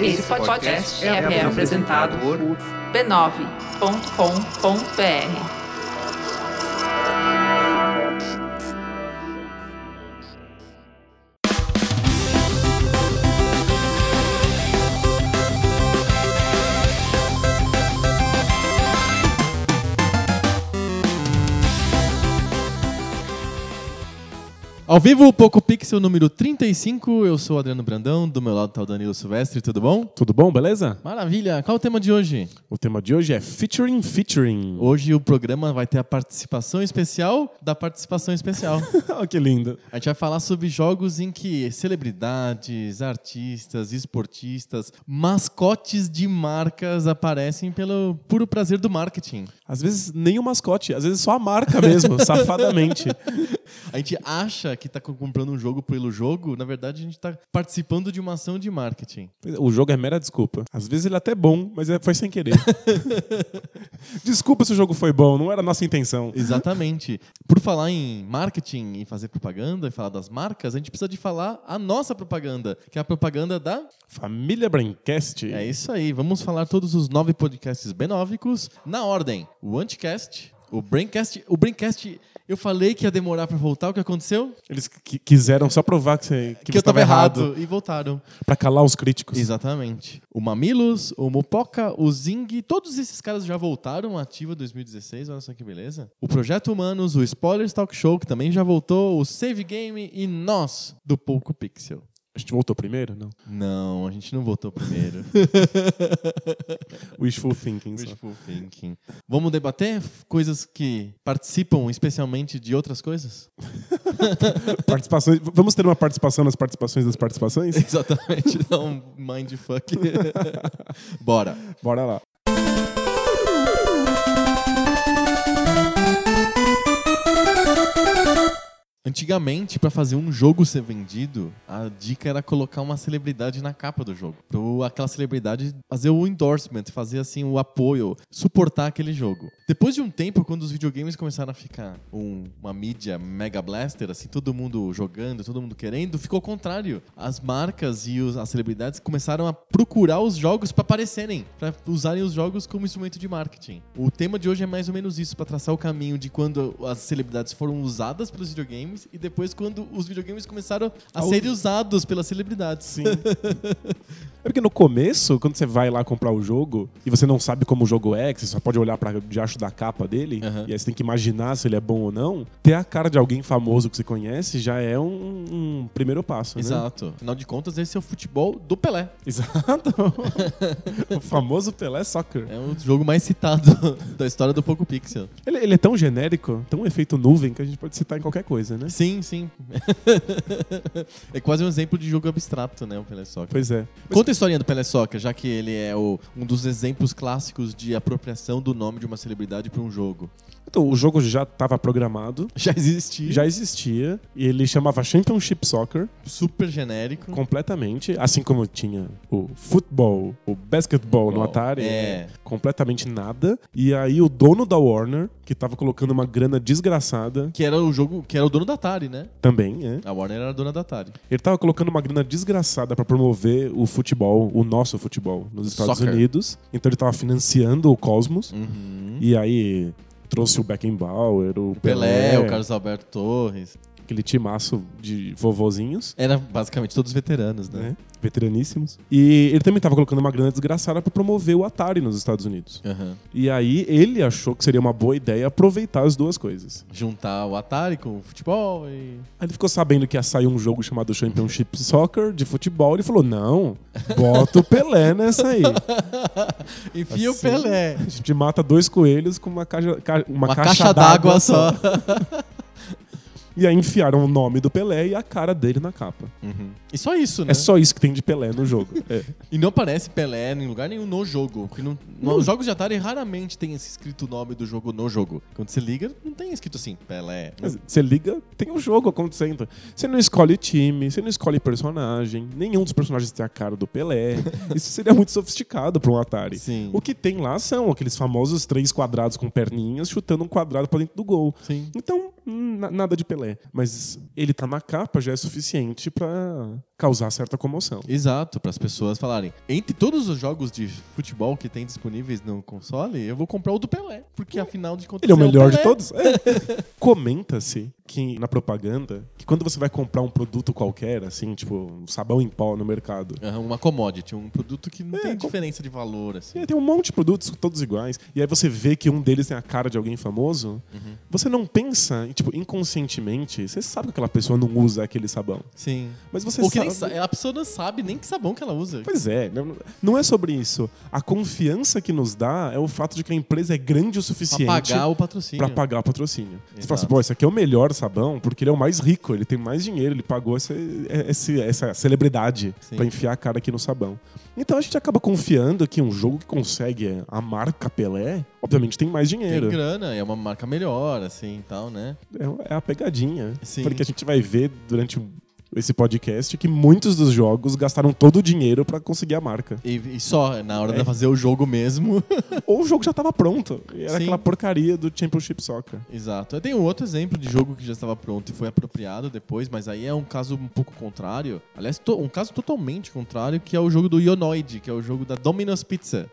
Esse podcast é, apresentado por b9.com.br. Ao vivo, Poco Pixel número 35, eu sou o Adriano Brandão, do meu lado tá o Danilo Silvestre, tudo bom? Tudo bom, beleza? Maravilha! Qual o tema de hoje? O tema de hoje é featuring featuring. Hoje o programa vai ter a participação especial da participação especial. Oh, que lindo. A gente vai falar sobre jogos em que celebridades, artistas, esportistas, mascotes de marcas aparecem pelo puro prazer do marketing. Às vezes nem o mascote, às vezes só a marca mesmo, safadamente. A gente acha que tá co- comprando um jogo pelo jogo, na verdade a gente tá participando de uma ação de marketing. Pois é, O jogo é mera desculpa. Às vezes ele é até bom, mas é- foi sem querer. desculpa se o jogo foi bom, não era a nossa intenção. Exatamente. Por falar em marketing e fazer propaganda e falar das marcas, a gente precisa de falar a nossa propaganda, que é a propaganda da. Família Braincast. É isso aí. Vamos falar todos os nove podcasts benóficos na ordem: o Anticast, o Braincast. O Braincast, eu falei que ia demorar pra voltar. O que aconteceu? Eles qui- quiseram só provar que, você, que, você tava E voltaram. Pra calar os críticos. Exatamente. O Mamilos, o Mopoca, o Zing, todos esses caras já voltaram à ativa 2016, olha só que beleza. O Projeto Humanos, o Spoilers Talk Show, que também já voltou, o Save Game e nós, do Pouco Pixel. A gente voltou primeiro? Não. Não, a gente não voltou primeiro. Wishful Thinking. só. Wishful thinking. Vamos debater coisas que participam especialmente de outras coisas? Participações. v- Vamos ter uma participação nas participações das participações? Exatamente, dá um mindfuck. Bora. Bora lá. Antigamente, pra fazer um jogo ser vendido, a dica era colocar uma celebridade na capa do jogo. Pro aquela celebridade fazer o endorsement, fazer assim o apoio, suportar aquele jogo. Depois de um tempo, quando os videogames começaram a ficar um- uma mídia mega blaster, assim, todo mundo jogando, todo mundo querendo, ficou ao contrário. As marcas e os- as celebridades começaram a procurar os jogos pra aparecerem, pra usarem os jogos como instrumento de marketing. O tema de hoje é mais ou menos isso, pra traçar o caminho de quando as celebridades foram usadas pelos videogames e depois quando os videogames começaram a Ah, o- serem usados pelas celebridades. Sim. é porque no começo, quando você vai lá comprar o jogo e você não sabe como o jogo é, que você só pode olhar para diacho da capa dele, Aham. e aí você tem que imaginar se ele é bom ou não, ter a cara de alguém famoso que você conhece já é um, um primeiro passo, né? Exato. Afinal de contas, esse é o futebol do Pelé. Exato. o famoso Pelé Soccer. É o jogo mais citado da história do Poco Pixel. Ele, ele é tão genérico, tão efeito nuvem, que a gente pode citar em qualquer coisa, né? Sim, sim. é quase um exemplo de jogo abstrato, né, o Pelé Soccer. Pois é. Conta a historinha do Pelé Soccer, já que ele é o- um dos exemplos clássicos de apropriação do nome de uma celebridade para um jogo. Então, o jogo já estava programado, Já existe. já existia, e ele chamava Championship Soccer. Super genérico. Completamente, assim como tinha o futebol, o basketball no Bom, Atari, né? É. completamente nada. E aí o dono da Warner, que tava colocando uma grana desgraçada Que era o jogo, que era o dono da Atari, né? também, é. A Warner era a dona da Atari. Ele tava colocando uma grana desgraçada pra promover o futebol, o nosso futebol nos Estados Soccer. Unidos. Então ele tava financiando o Cosmos Uhum. e aí trouxe o Beckenbauer, o Pelé, Pelé, o Carlos Alberto Torres. aquele timaço de vovozinhos. Era basicamente todos veteranos, né? né? Veteraníssimos. E ele também tava colocando uma grana desgraçada pra promover o Atari nos Estados Unidos. Aham. E aí ele achou que seria uma boa ideia aproveitar as duas coisas. Juntar o Atari com o futebol e. Aí ele ficou sabendo que ia sair um jogo chamado Championship Soccer de futebol. Ele falou: não, bota o Pelé nessa aí. Enfia o Assim, Pelé. A gente mata dois coelhos com uma caixa, ca- uma Uma, caixa, d'água só. E aí enfiaram o nome do Pelé e a cara dele na capa. Uhum. E só isso, né? É só isso que tem de Pelé no jogo. É. E não aparece Pelé em lugar nenhum no jogo. Porque não, Os jogos de Atari raramente tem esse escrito o nome do jogo no jogo. Quando você liga, não tem escrito assim, Pelé. Mas Você liga, tem um jogo acontecendo. Você não escolhe time, você não escolhe personagem, nenhum dos personagens tem a cara do Pelé. Isso seria muito sofisticado pra um Atari. Sim. O que tem lá são aqueles famosos três quadrados com perninhas chutando um quadrado pra dentro do gol. Sim. Então, na- nada de Pelé. Mas ele tá na capa já é suficiente pra causar certa comoção. Exato, para as pessoas falarem. Entre todos os jogos de futebol que tem disponíveis no console, eu vou comprar o do Pelé, porque afinal de contas Ele é o melhor de Pelé. todos. É. Comenta-se que na propaganda que quando você vai comprar um produto qualquer, assim, tipo um sabão em pó no mercado, Aham, É uma commodity, um produto que não É, tem com- diferença de valor, assim. É, tem um monte de produtos todos iguais. E aí você vê que um deles tem a cara de alguém famoso. Uhum. Você não pensa, tipo, inconscientemente. Você sabe que aquela pessoa não usa aquele sabão. Sim. Mas você Ou que sabe. nem sa- é. a pessoa não sabe nem que sabão que ela usa. Pois é, não- não é sobre isso. A confiança que nos dá é o fato de que a empresa é grande Pra o suficiente pagar o patrocínio. pra pagar patrocínio. Você fala assim, Exato. pô, esse aqui é o melhor sabão porque ele é o mais rico, ele tem mais dinheiro, ele pagou essa, esse- essa celebridade Sim. pra enfiar a cara aqui no sabão. Então a gente acaba confiando que um jogo que consegue a marca Pelé, obviamente tem mais Tem dinheiro. grana, é uma marca melhor, assim, e tal, né? É, é a pegadinha. Sim. Porque a gente vai ver durante esse podcast que muitos dos jogos gastaram todo o dinheiro pra conseguir a marca. E, e só, na hora É. de fazer o jogo mesmo. Ou o jogo já tava pronto. E era Sim. aquela porcaria do Championship Soccer. Exato. Tem um outro exemplo de jogo que já estava pronto e foi apropriado depois, mas aí é um caso um pouco contrário. Aliás, to- um caso totalmente contrário, que é o jogo do Ionoid, que é o jogo da Domino's Pizza.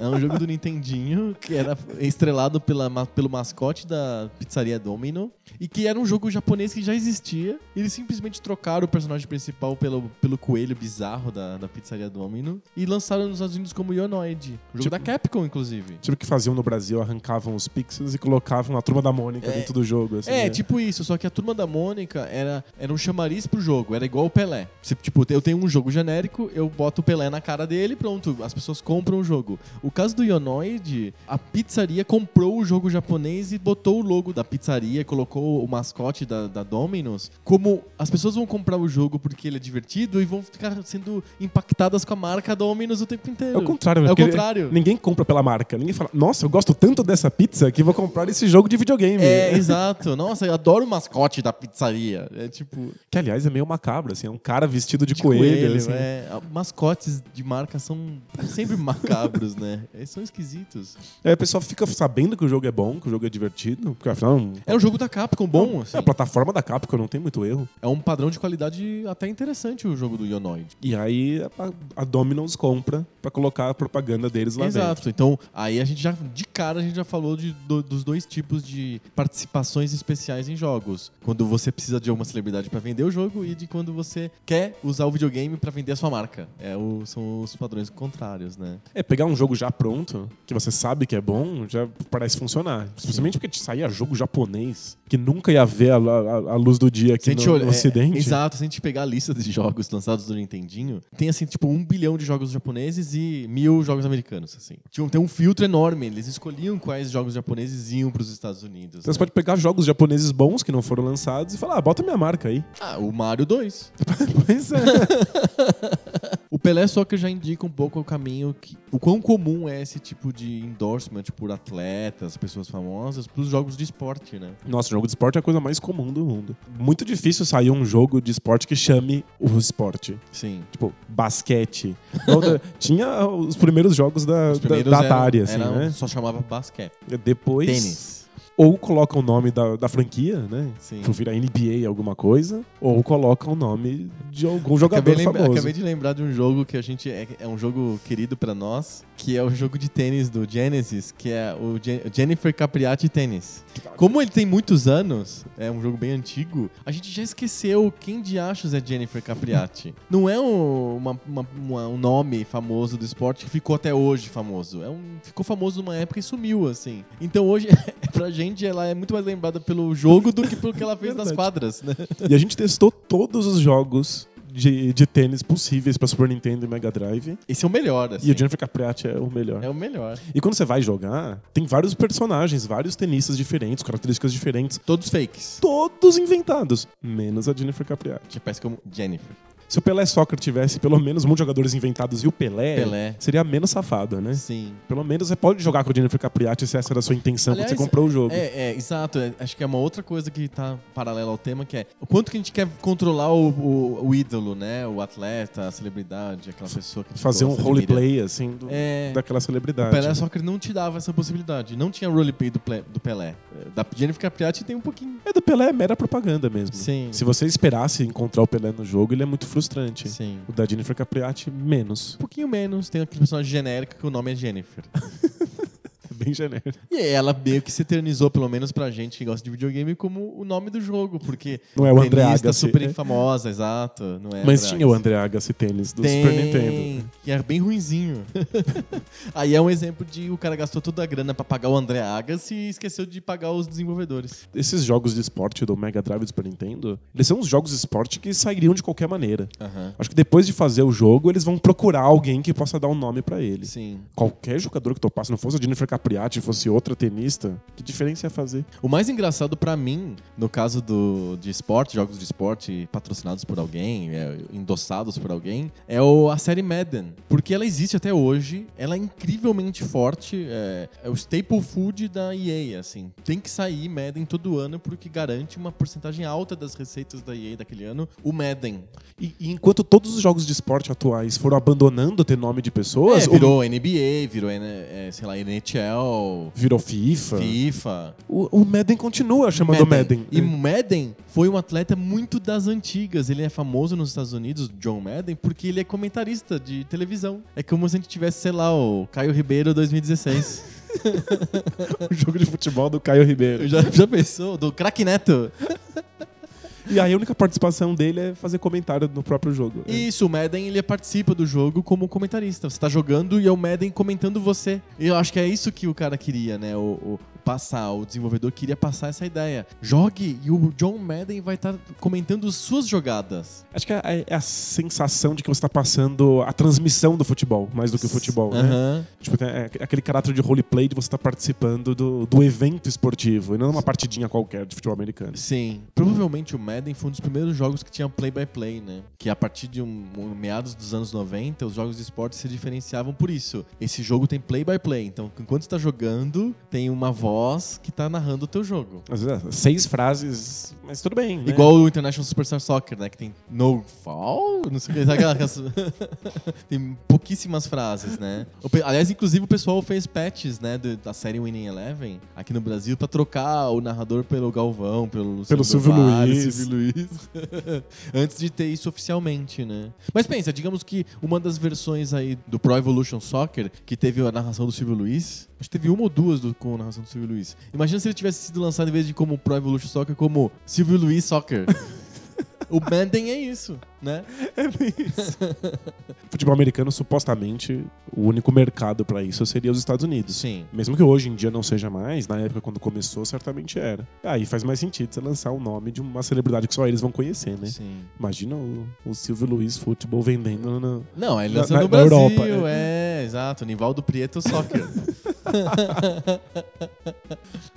É um jogo do Nintendinho, que era estrelado pela, ma- pelo mascote da pizzaria Domino, e que era um jogo japonês que já existia. e Eles simplesmente trocaram o personagem principal pelo, pelo coelho bizarro da, da pizzaria Domino e lançaram nos Estados Unidos como Ionoid. Jogo Tipo- da Capcom, inclusive. Tipo o que faziam no Brasil, arrancavam os pixels e colocavam a turma da Mônica dentro do jogo. assim, É, né? tipo isso, só que a turma da Mônica era, era um chamariz pro jogo, era igual o Pelé. Você, tipo, eu tenho um jogo genérico, eu boto o Pelé na cara dele, pronto, as pessoas compram o jogo. O caso do Ionoid, a pizzaria comprou o jogo japonês e botou o logo da pizzaria, colocou o mascote da, da Domino's. Como as pessoas vão comprar o jogo porque ele é divertido e vão ficar sendo impactadas com a marca Domino's o tempo inteiro. É o contrário, É o porque contrário. Ninguém compra pela marca. Ninguém fala, nossa, eu gosto tanto dessa pizza que vou comprar esse jogo de videogame. É, exato. Nossa, eu adoro o mascote da pizzaria. É tipo. Que, aliás, é meio macabro, assim. É um cara vestido de, de coelho, assim. é. Mascotes de marca são sempre macabros, né? Eles são esquisitos. Aí a pessoa É, fica sabendo que o jogo é bom, que o jogo é divertido. Porque afinal, É um jogo da Capcom bom, assim. é a plataforma da Capcom, não tem muito erro. É um padrão de qualidade até interessante o jogo do Ionoid. E aí a, a Domino's compra pra colocar a propaganda deles lá dentro. Exato. Então, aí a gente já, de cara, a gente já falou de, do- dos dois tipos de participações especiais em jogos. Quando você precisa de alguma celebridade pra vender o jogo e de quando você quer usar o videogame pra vender a sua marca. É o- são os padrões contrários, né? É, pegar um jogo já pronto, que você sabe que é bom, já parece funcionar. Especialmente porque saía jogo japonês, que nunca ia ver a, a- a luz do dia Se a aqui gente no, olha- no é, ocidente. exato, se a gente pegar a lista de jogos lançados do Nintendinho, tem assim, tipo, um bilhão de jogos japoneses e mil jogos americanos, assim. Tinha, tem um filtro enorme, eles escolhiam quais jogos japoneses iam pros Estados Unidos. Então né? você pode pegar jogos japoneses bons que não foram lançados e falar, ah, bota minha marca aí. Ah, o Mario 2. Pois é. O Pelé Soccer já indica um pouco o caminho, que, o quão comum é esse tipo de endorsement por atletas, pessoas famosas, pros jogos de esporte, né? Nossa, jogo de esporte é a coisa mais comum do mundo. Muito difícil sair um jogo de esporte que chame o esporte. Sim. Tipo, basquete. Outra- Tinha os primeiros jogos da, Os da- primeiros da eram- Atari, assim, eram- né? Só chamava basquete. Depois. Tênis. ou coloca o nome da, da franquia, né? Sim. Tipo, virar NBA alguma coisa, ou coloca o nome de algum jogador acabei, lembra- famoso. acabei de lembrar de um jogo que a gente é, é um jogo querido pra nós, que é o jogo de tênis do Genesis, que é o Gen- Jennifer Capriati Tênis. Como ele tem muitos anos, é um jogo bem antigo, a gente já esqueceu quem de achos é Jennifer Capriati. Não é um, uma- uma- uma- um nome famoso do esporte que ficou até hoje famoso. É um- ficou famoso numa época e sumiu, assim. Então hoje, pra gente, ela é muito mais lembrada pelo jogo do que pelo que ela fez nas Verdade. quadras, né? E a gente testou todos os jogos de, de tênis possíveis pra Super Nintendo e Mega Drive. Esse é o melhor, assim. E o Jennifer Capriati é o melhor. É o melhor. E quando você vai jogar, tem vários personagens, vários tenistas diferentes, características diferentes, Todos fakes. todos inventados, menos a Jennifer Capriati. Te parece como Jennifer. Se o Pelé Soccer tivesse pelo menos muitos jogadores inventados e o Pelé, Pelé. seria menos safado, né? Sim. Pelo menos você pode jogar com a Jennifer Capriati se essa era a sua intenção quando você Aliás, comprou o jogo. É, é, exato. É, acho que é uma outra coisa que tá paralela ao tema, que é o quanto que a gente quer controlar o, o- o ídolo, né? O atleta, a celebridade, aquela pessoa que a gente fazer um gosta, admira. roleplay, assim, do- É. daquela celebridade. né? O Pelé Soccer não te dava essa possibilidade. Não tinha roleplay do, Ple- do Pelé. É, Da Jennifer Capriati tem um pouquinho. É do Pelé, é mera propaganda mesmo. Sim. Se você esperasse encontrar o Pelé no jogo, ele é muito frustrante. Sim. O da Jennifer Capriati, menos. Um pouquinho menos. Tem aquele personagem genérico que o nome é Jennifer. É bem genérico. E ela meio que se eternizou, pelo menos pra gente que gosta de videogame, como o nome do jogo, porque Não é o André tenista Agassi. super né? famosa, exato. Não é Mas Agassi. tinha o André Agassi tênis do Super Nintendo. Que é bem ruinzinho. Aí é um exemplo de o cara gastou toda a grana pra pagar o André Agassi e esqueceu de pagar os desenvolvedores. Esses jogos de esporte do Mega Drive e do Super Nintendo, eles são uns jogos de esporte que sairiam de qualquer maneira. Acho que depois de fazer o jogo, eles vão procurar alguém que possa dar um nome pra eles. Sim. Qualquer jogador que topasse, não fosse a Jennifer Capriati, fosse outra tenista, que diferença ia fazer? O mais engraçado pra mim, no caso do, de esporte, jogos de esporte patrocinados por alguém, é, endossados por alguém, é o, a série Madden. Porque ela existe até hoje, ela é incrivelmente forte, é, é o staple food da EA, assim. Tem que sair Madden todo ano porque garante uma porcentagem alta das receitas da EA daquele ano, o Madden. E, e enquanto todos os jogos de esporte atuais foram abandonando ter nome de pessoas, É, o- virou NBA, virou, eh, sei lá, NHL, virou FIFA. FIFA. O, o Madden continua chamando Madden. É. E Madden foi um atleta muito das antigas. Ele é famoso nos Estados Unidos, John Madden, porque ele é comentarista de televisão. É como se a gente tivesse, sei lá, o Caio Ribeiro 2016. o jogo de futebol do Caio Ribeiro. Eu já, já pensou? Do craque Neto. E aí a única participação dele é fazer comentário no próprio jogo. É. Isso, o Madden ele participa do jogo como comentarista. Você tá jogando e é o Madden comentando você. E eu acho que é isso que o cara queria, né? O, o- passar, o desenvolvedor queria passar essa ideia. Jogue e o John Madden vai estar comentando suas jogadas. Acho que é, é a sensação de que você tá passando a transmissão do futebol, mais do que o futebol, né? Aham. Tipo, tem é, aquele caráter de roleplay de você estar participando do, do evento esportivo, e não uma partidinha qualquer de futebol americano. Sim. Provavelmente o Madden foi um dos primeiros jogos que tinha play-by-play, né? Que a partir de um, um- meados dos anos 90, os jogos de esporte se diferenciavam por isso. Esse jogo tem play-by-play. Então, enquanto você tá jogando, tem uma voz que tá narrando o teu jogo. Às vezes, é, seis frases, mas tudo bem. né? Igual o International Superstar Soccer, né? Que tem no fall, não sei o que. sabe aquela- aquelas- tem pouquíssimas frases, né? O pe- Aliás, inclusive o pessoal fez patches, né? do- da série Winning Eleven aqui no Brasil pra trocar o narrador pelo Galvão, pelo Luciano Pelo Silvio Dovar, Luiz. Silvio Luiz. Antes de ter isso oficialmente, né? Mas pensa, digamos que uma das versões aí do Pro Evolution Soccer, que teve a narração do Silvio Luiz, acho que teve uma ou duas do- com a narração do Silvio Luiz. Imagina se ele tivesse sido lançado em vez de como Pro Evolution Soccer, como Silvio Luiz Soccer. o Madden é isso, né? Futebol americano, supostamente, o único mercado pra isso seria os Estados Unidos. Sim. Mesmo que hoje em dia não seja mais, na época quando começou, certamente era. Aí faz mais sentido você lançar o nome de uma celebridade que só eles vão conhecer, né? Sim. Imagina o, o Silvio Luiz Futebol vendendo no. Não, ele Na- lança na- no na Brasil. Europa, né? É, exato. Nivaldo Prieto Soccer.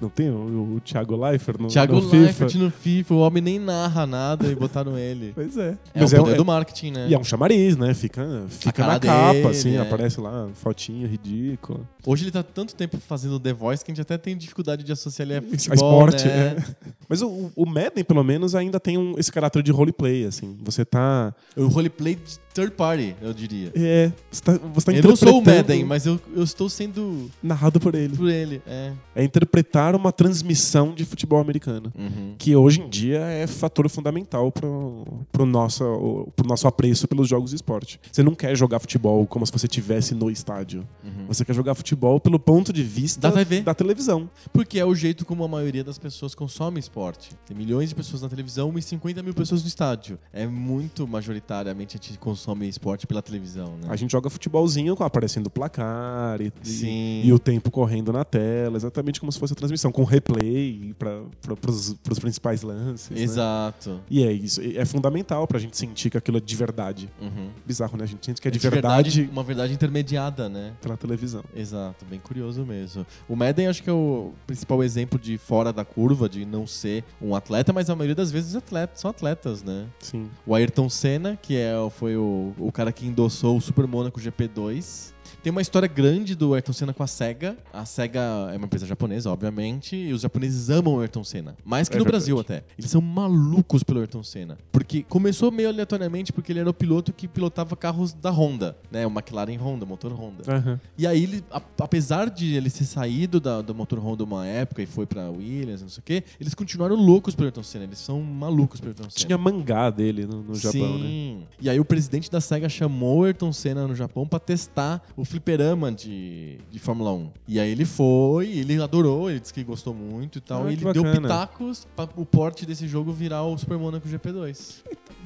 Não tem o, o Thiago Leifert no, Thiago no FIFA? Leifert né? no FIFA. O homem nem narra nada e botaram ele. Pois é. É Mas o poder é, do marketing, né? E é um chamariz, né? Fica, fica cara na capa, dele, assim, é. aparece lá, fotinho ridículo. Hoje ele tá tanto tempo fazendo The Voice que a gente até tem dificuldade de associar ele a Isso, futebol, a esporte, né? é. Mas o, o Madden, pelo menos, ainda tem um- esse caráter de roleplay, assim. Você tá. O roleplay de third party, eu diria. É. Você tá, você tá eu não sou o interpretando- Madden, mas eu, eu estou sendo Narrado por ele. por ele. É. É interpretar uma transmissão de futebol americano. Que hoje em dia é fator fundamental pro, pro, nosso, pro nosso apreço pelos jogos de esporte. Você não quer jogar futebol como se você estivesse no estádio. Você quer jogar futebol pelo ponto de vista Uhum. Da TV. televisão. Porque é o jeito como a maioria das pessoas consome esporte. Tem milhões de pessoas na televisão e 50 mil pessoas no estádio. É muito majoritariamente a gente consome esporte pela televisão, né? A gente joga futebolzinho com- aparecendo o placar e, Sim. e o tempo correndo na tela, exatamente como se fosse a transmissão, com replay para os principais lances. né? Exato. E é isso. E É fundamental pra gente sentir que aquilo é de verdade. Uhum. Bizarro, né? A gente sente que é de, verdade, Uma verdade intermediada, né? pela televisão. Exato, bem curioso mesmo. O Madden acho que é o principal exemplo de fora da curva, de não ser um atleta, mas a maioria das vezes os atletas, são atletas, né? Sim. O Ayrton Senna, que é, o- foi o, o cara que endossou o Super Monaco GP2, Tem uma história grande do Ayrton Senna com a SEGA. A SEGA é uma empresa japonesa, obviamente, e os japoneses amam o Ayrton Senna. Mais que É no verdade. Brasil até. Eles são malucos pelo Ayrton Senna. Porque começou meio aleatoriamente, porque ele era o piloto que pilotava carros da Honda, né? O McLaren Honda, motor Honda. Aham. E aí, ele, a- apesar de ele ter saído da, do motor Honda uma época e foi pra Williams, não sei o quê, eles continuaram loucos pelo Ayrton Senna. Eles são malucos pelo Ayrton Senna. Tinha mangá dele no, no Japão, né? né? E aí o presidente da SEGA chamou o Ayrton Senna no Japão pra testar o fliperama de, de Fórmula 1. E aí ele foi, ele adorou, ele disse que gostou muito e tal. Ah, e ele que bacana. deu pitacos pra o porte desse jogo virar o Super Monaco GP2.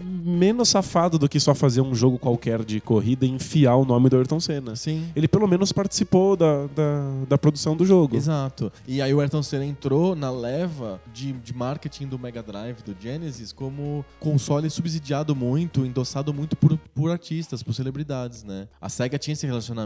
Menos safado do que só fazer um jogo qualquer de corrida e enfiar o nome do Ayrton Senna. Sim. Ele pelo menos participou da, da, da produção do jogo. Exato. E aí o Ayrton Senna entrou na leva de, de marketing do Mega Drive, do Genesis, como console subsidiado muito, endossado muito por, por artistas, por celebridades, né? A SEGA tinha esse relacionamento.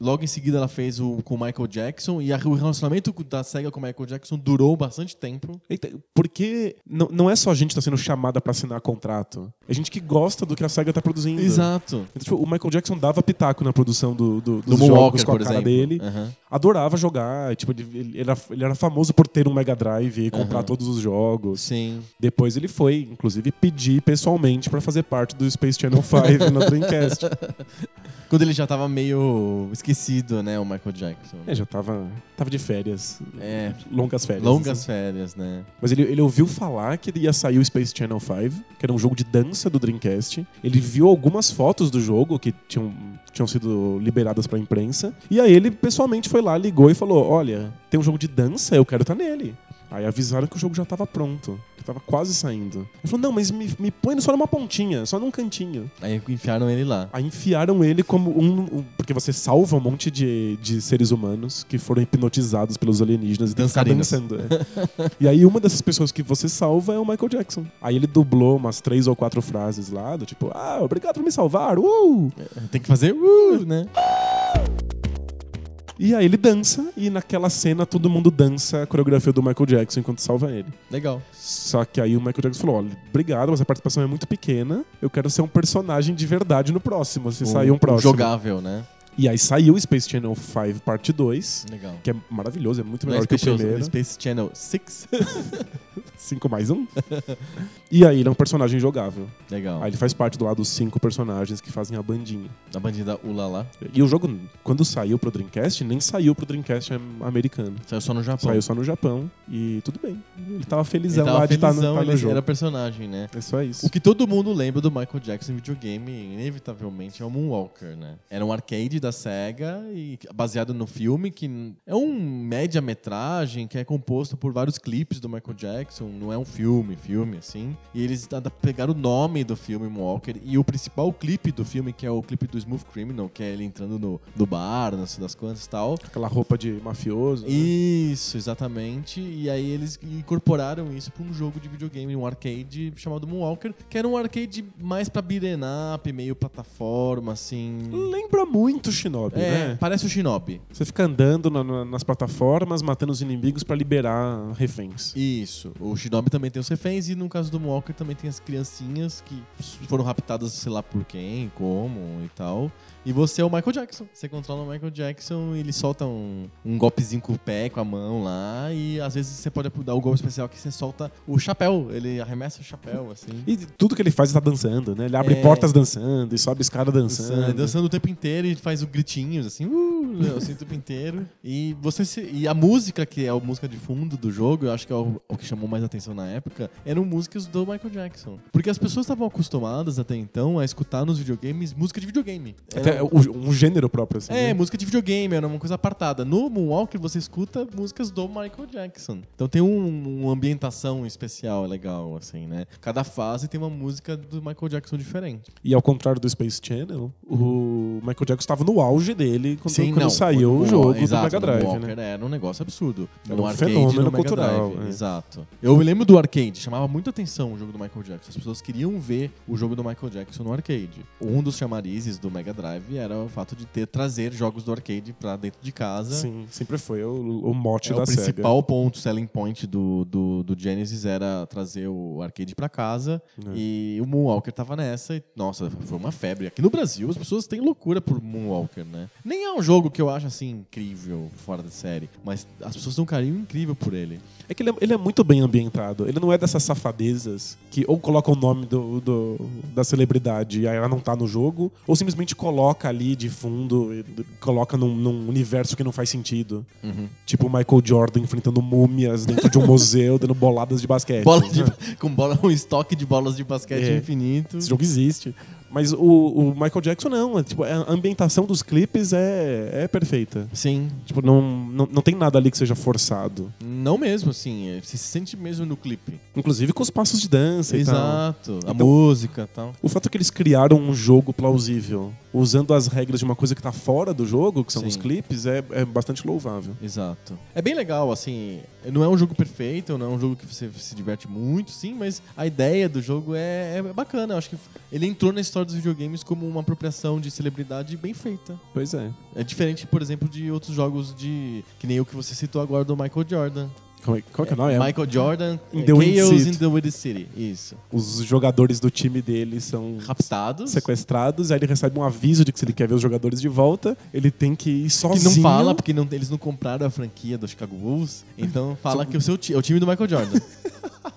Logo em seguida ela fez o com o Michael Jackson, e a- o relacionamento da SEGA com o Michael Jackson durou bastante tempo. Eita, porque não, não é só a gente que tá sendo chamada pra assinar contrato. É gente que gosta do que a SEGA tá produzindo. Exato. Então, tipo, o Michael Jackson dava pitaco na produção do, do, dos Do jogos Moonwalker, com a por cara exemplo. É. dele. Aham. Adorava jogar. Tipo, ele, ele era, ele era famoso por ter um Mega Drive e comprar Aham. todos os jogos. Sim. Depois ele foi, inclusive, pedir pessoalmente pra fazer parte do Space Channel 5 na Dreamcast. Quando ele já tava meio esquecido, né, o Michael Jackson. É, já tava, tava de férias. É. Longas férias. Longas férias, né? Mas ele, ele ouviu falar que ia sair o Space Channel 5, que era um jogo de dança do Dreamcast. Ele viu algumas fotos do jogo que tinham, tinham sido liberadas pra imprensa. E aí ele pessoalmente foi lá, ligou e falou: Olha, tem um jogo de dança, eu quero estar nele. Aí avisaram que o jogo já tava pronto, que tava quase saindo. Ele falou: Não, mas me, me põe só numa pontinha, só num cantinho. Aí enfiaram ele lá. Aí enfiaram ele como um. um- porque você salva um monte de, de seres humanos que foram hipnotizados pelos alienígenas e tem que ficar Dançarinos. dançando. é. e aí uma dessas pessoas que você salva é o Michael Jackson. Aí ele dublou umas três ou quatro frases lá, do tipo, ah, obrigado por me salvar, uh! Tem que fazer, uh, né? E aí ele dança, e naquela cena todo mundo dança a coreografia do Michael Jackson enquanto salva ele. Legal. Só que aí o Michael Jackson falou: olha, obrigado, mas a participação é muito pequena. Eu quero ser um personagem de verdade no próximo, se sair um próximo. Jogável, né? E aí saiu o Space Channel 5 parte 2, Legal. que é maravilhoso, é muito Não é melhor que o Space, primeiro. Space Channel 6. 5 mais 1. e aí ele é um personagem jogável. Legal. Aí ele faz parte do lado dos cinco personagens que fazem a bandinha. A bandida Ulala. E o jogo, quando saiu pro Dreamcast, nem saiu pro Dreamcast am- americano. Saiu só no Japão. Saiu só no Japão e tudo bem. Ele tava felizão ele tava lá de estar no, felizão, tá no ele jogo. era personagem, né? É só isso. O que todo mundo lembra do Michael Jackson em videogame, inevitavelmente, é o Moonwalker, né? Era um arcade da SEGA e baseado no filme, que é um média-metragem que é composto por vários clipes do Michael Jackson, não é um filme, filme, assim. E eles ad- pegaram o nome do filme Moonwalker e o principal clipe do filme, que é o clipe do Smooth Criminal, que é ele entrando no, no bar, não sei das quantas e tal, Aquela roupa de mafioso. né? isso, exatamente. E aí eles incorporaram isso pra um jogo de videogame, um arcade chamado Moonwalker, que era um arcade mais pra beat'em up, meio plataforma, assim. Lembra muito o Shinobi, É, Uh, né? parece o Shinobi. Você fica andando na- na- nas plataformas, matando os inimigos pra liberar reféns. Isso. O Shinobi também tem os reféns e no caso do Moonwalker também tem as criancinhas que foram raptadas, sei lá por quem, como e tal. E você é o Michael Jackson. Você controla o Michael Jackson e ele solta um, um golpezinho com o pé, com a mão lá. E às vezes você pode dar o golpe especial que você solta o chapéu. Ele arremessa o chapéu, assim. E tudo que ele faz ele tá dançando, né? Ele abre É. portas dançando e sobe escada dançando. Dançando, dançando o tempo inteiro e faz os gritinhos, assim, uh, assim, o tempo inteiro. E você se- e a música, que é a música de fundo do jogo, eu acho que é o, o que chamou mais atenção na época, eram músicas do Michael Jackson. Porque as pessoas estavam acostumadas até então a escutar nos videogames música de videogame. Era- Até o- um gênero próprio, assim. é, né? música de videogame, era uma coisa apartada. No Moonwalker você escuta músicas do Michael Jackson. Então tem um, uma ambientação especial, legal, assim, né? Cada fase tem uma música do Michael Jackson diferente. E ao contrário do Space Channel, o Michael Jackson estava no auge dele quando, Sim, quando quando saiu o jogo exato, do Mega Drive, Walker né? era um negócio absurdo. Era No um arcade, fenômeno no Mega cultural, Drive, é. Exato. Eu me lembro do arcade, chamava muita atenção o jogo do Michael Jackson. As pessoas queriam ver o jogo do Michael Jackson no arcade. Um dos chamarizes do Mega Drive era o fato de ter trazer jogos do arcade pra dentro de casa. Sim, sempre foi o, o mote É, da o principal ponto, selling point do, do, do Genesis era trazer o arcade pra casa. Sega. É. E o Moonwalker tava nessa. E, nossa, foi uma febre. Aqui no Brasil, as pessoas têm loucura por Moonwalker, né? Nem é um jogo que eu acho, assim, incrível, fora da série. Mas as pessoas têm um carinho incrível por ele. É que ele é, ele é muito bem ambientado. Ele não é dessas safadezas que ou coloca o nome do, do- da celebridade e aí ela não tá no jogo, ou simplesmente coloca ali de fundo, e d- coloca num, num universo que não faz sentido. Uhum. Tipo o Michael Jordan enfrentando múmias dentro de um museu, dando boladas de basquete. Bola de- com bola, um estoque de bolas de basquete É. infinito. Esse jogo existe. Mas o, o Michael Jackson não. É, tipo, a ambientação dos clipes é, é perfeita. Sim, Tipo, não, não, não tem nada ali que seja forçado. não mesmo, assim. é, Você se sente mesmo no clipe. Inclusive com os passos de dança e tal. Exato. A tá- Então- música e tal. O fato é que eles criaram um jogo plausível, usando as regras de uma coisa que tá fora do jogo, que são Sim. os clipes, é, é bastante louvável. Exato. É bem legal, assim. Não é um jogo perfeito, não é um jogo que você se diverte muito, sim, mas a ideia do jogo é, é bacana. Eu acho que ele entrou na história dos videogames como uma apropriação de celebridade bem feita. Pois é. É diferente, por exemplo, de outros jogos de. que nem o que você citou agora do Michael Jordan. Como é- Qual que é o nome? É, Michael Jordan, In é, the Wind Chaos City. in the Wind City. Isso. Os jogadores do time dele são Raptados. sequestrados, aí ele recebe um aviso de que se ele quer ver os jogadores de volta, ele tem que ir Que sozinho. não fala, porque não- eles não compraram a franquia do Chicago Bulls, então fala que o seu ti- é o time do Michael Jordan.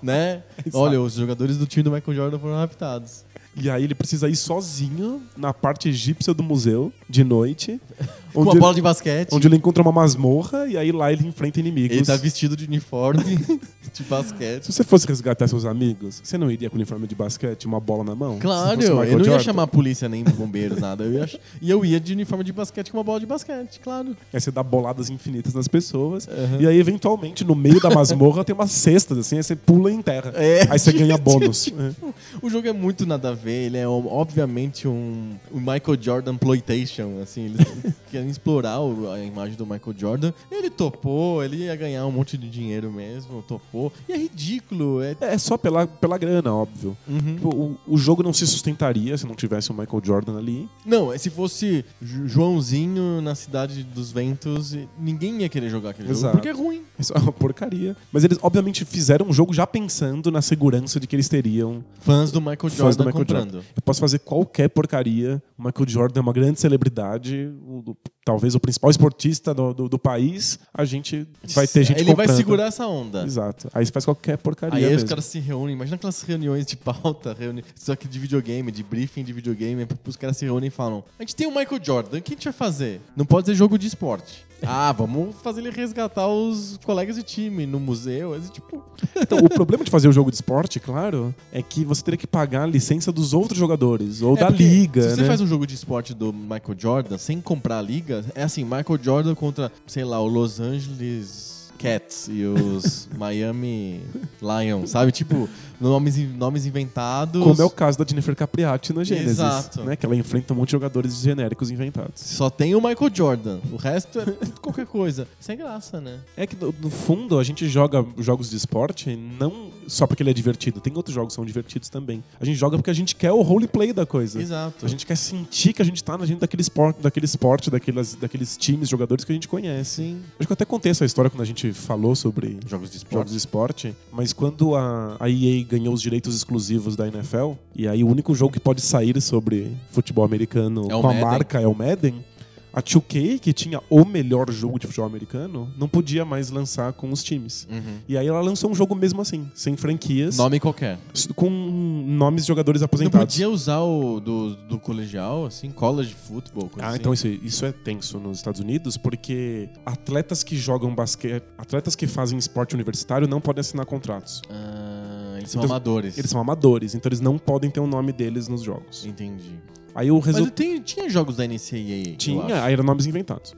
né? Exato. Olha, os jogadores do time do Michael Jordan foram raptados. E aí ele precisa ir sozinho na parte egípcia do museu, de noite, com onde, uma bola ele, de basquete. onde ele encontra uma masmorra, e aí lá ele enfrenta inimigos. ele tá vestido de uniforme de basquete. Se você fosse resgatar seus amigos, você não iria com uniforme de basquete, e uma bola na mão? Claro, Se fosse o eu não Michael ia Jordan? chamar a polícia nem bombeiros, nada. Eu ia, ch- e eu ia de uniforme de basquete com uma bola de basquete, claro. Aí é você dá boladas infinitas nas pessoas. E aí, eventualmente, no meio da masmorra tem umas cestas, assim, aí você pula em terra. É. Aí você ganha bônus. É. O jogo é muito nada a ver, ele é o- obviamente um, um Michael Jordan ploitation, assim, eles querem explorar o- a imagem do Michael Jordan. Ele topou, ele ia ganhar um monte de dinheiro mesmo, topou. E é ridículo, é É só pela, pela grana, óbvio. Uhum. Tipo, o, o jogo não se sustentaria se não tivesse o Michael Jordan ali. Não, é se fosse Jo- Joãozinho na Cidade dos Ventos, e ninguém ia querer jogar aquele Exato. jogo, porque é ruim. Isso é uma porcaria. Mas eles, obviamente, fizeram um jogo já pensando na segurança de que eles teriam. Fãs do Michael Jordan Fãs do Michael comprando. tá Eu posso fazer qualquer porcaria. O Michael Jordan é uma grande celebridade, o- o- talvez o principal esportista do, do- do país. A gente vai ter gente Ele vai comprando. segurar essa onda. Exato. Aí você faz qualquer porcaria. Aí, os mesmo. caras se reúnem, imagina aquelas reuniões de pauta, reuni... só que de videogame, de briefing de videogame, é os caras se reúnem e falam: A gente tem o Michael Jordan, o que a gente vai fazer? Não pode ser jogo de esporte. Ah, vamos fazer ele resgatar os colegas de time no museu. É tipo, Então, o problema de fazer o jogo de esporte, claro, é que você teria que pagar a licença dos outros jogadores, ou É da porque liga. Se você né? faz um jogo de esporte do Michael Jordan sem comprar a liga, é assim, Michael Jordan contra, sei lá, o Los Angeles Cats e os Miami Lions, sabe? Tipo, nomes, in- nomes inventados. Como é o caso da Jennifer Capriati na Genesis. Exato. Né? Que ela enfrenta um monte de jogadores genéricos inventados. Só tem o Michael Jordan. O resto é tudo qualquer coisa. Sem graça, né? É que, no, no fundo, a gente joga jogos de esporte não só porque ele é divertido. Tem outros jogos que são divertidos também. A gente joga porque a gente quer o roleplay da coisa. Exato. A gente quer sentir que a gente tá na gente daquele esporte, daquele esporte, daquelas, daqueles times, jogadores que a gente conhece. Sim. Acho que eu até contei essa história quando a gente falou sobre Jogos de jogos de esporte, mas quando a, a EA ganhou os direitos exclusivos da NFL, e aí o único jogo que pode sair sobre futebol americano É o com a Madden. marca é o Madden, a 2K, que tinha o melhor jogo de futebol americano, não podia mais lançar com os times. Uhum. E aí ela lançou um jogo mesmo assim, sem franquias, Nome qualquer. s- com nomes de jogadores Não aposentados. podia usar o do, do colegial, assim, college football, coisa Ah, assim. então isso, isso é tenso nos Estados Unidos, porque atletas que jogam basquete, atletas que fazem esporte universitário não podem assinar contratos. Ah, eles são Então, amadores. Eles são amadores, então eles não podem ter o nome deles nos jogos. Entendi. Aí o Mas resultado. tem- tinha jogos da NCAA. eu Tinha, acho. aí eram nomes inventados.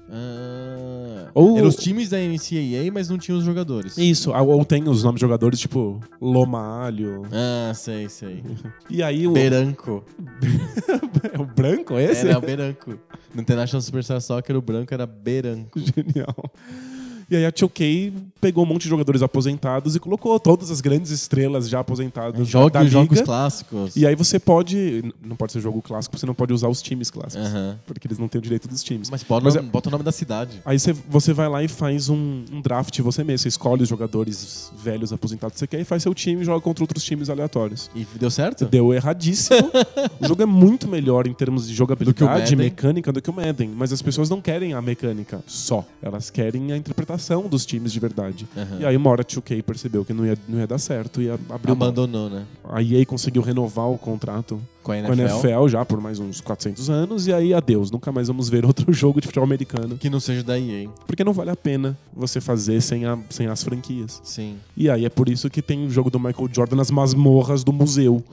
Ah, Ou- Eram os times da NCAA, mas não tinha os jogadores. Isso, ou ou tem os nomes de jogadores, tipo Lomalho. Ah, sei, sei. E aí o. Beranco. É o branco esse? Era o Beranco. No International Superstar Soccer, o branco era Beranco. Genial. E aí a 2K pegou um monte de jogadores aposentados e colocou todas as grandes estrelas já aposentadas Jogue da os jogos liga. clássicos. E aí você pode. n- Não pode ser jogo clássico, você não pode usar os times clássicos. Aham. Porque eles não têm o direito dos times. Mas, bota, Mas é- bota o nome da cidade. Aí você, você vai lá e faz um, um draft você mesmo. Você escolhe os jogadores velhos aposentados que você quer e faz seu time e joga contra outros times aleatórios. E deu certo? Deu erradíssimo. o jogo é muito melhor em termos de jogabilidade Madden. e mecânica do que o Madden. Mas as pessoas não querem a mecânica só. Elas querem a interpretação dos times de verdade. Aham. E aí uma hora a 2K percebeu que não ia, não ia dar certo e a- abriu mão. Abandonou, né? A EA conseguiu renovar o contrato Com a NFL. com a NFL já por mais uns 400 anos. E aí adeus, nunca mais vamos ver outro jogo de futebol americano. Que não seja da EA. Porque não vale a pena você fazer sem, a- sem as franquias. Sim. E aí é por isso que tem o jogo do Michael Jordan nas masmorras do museu.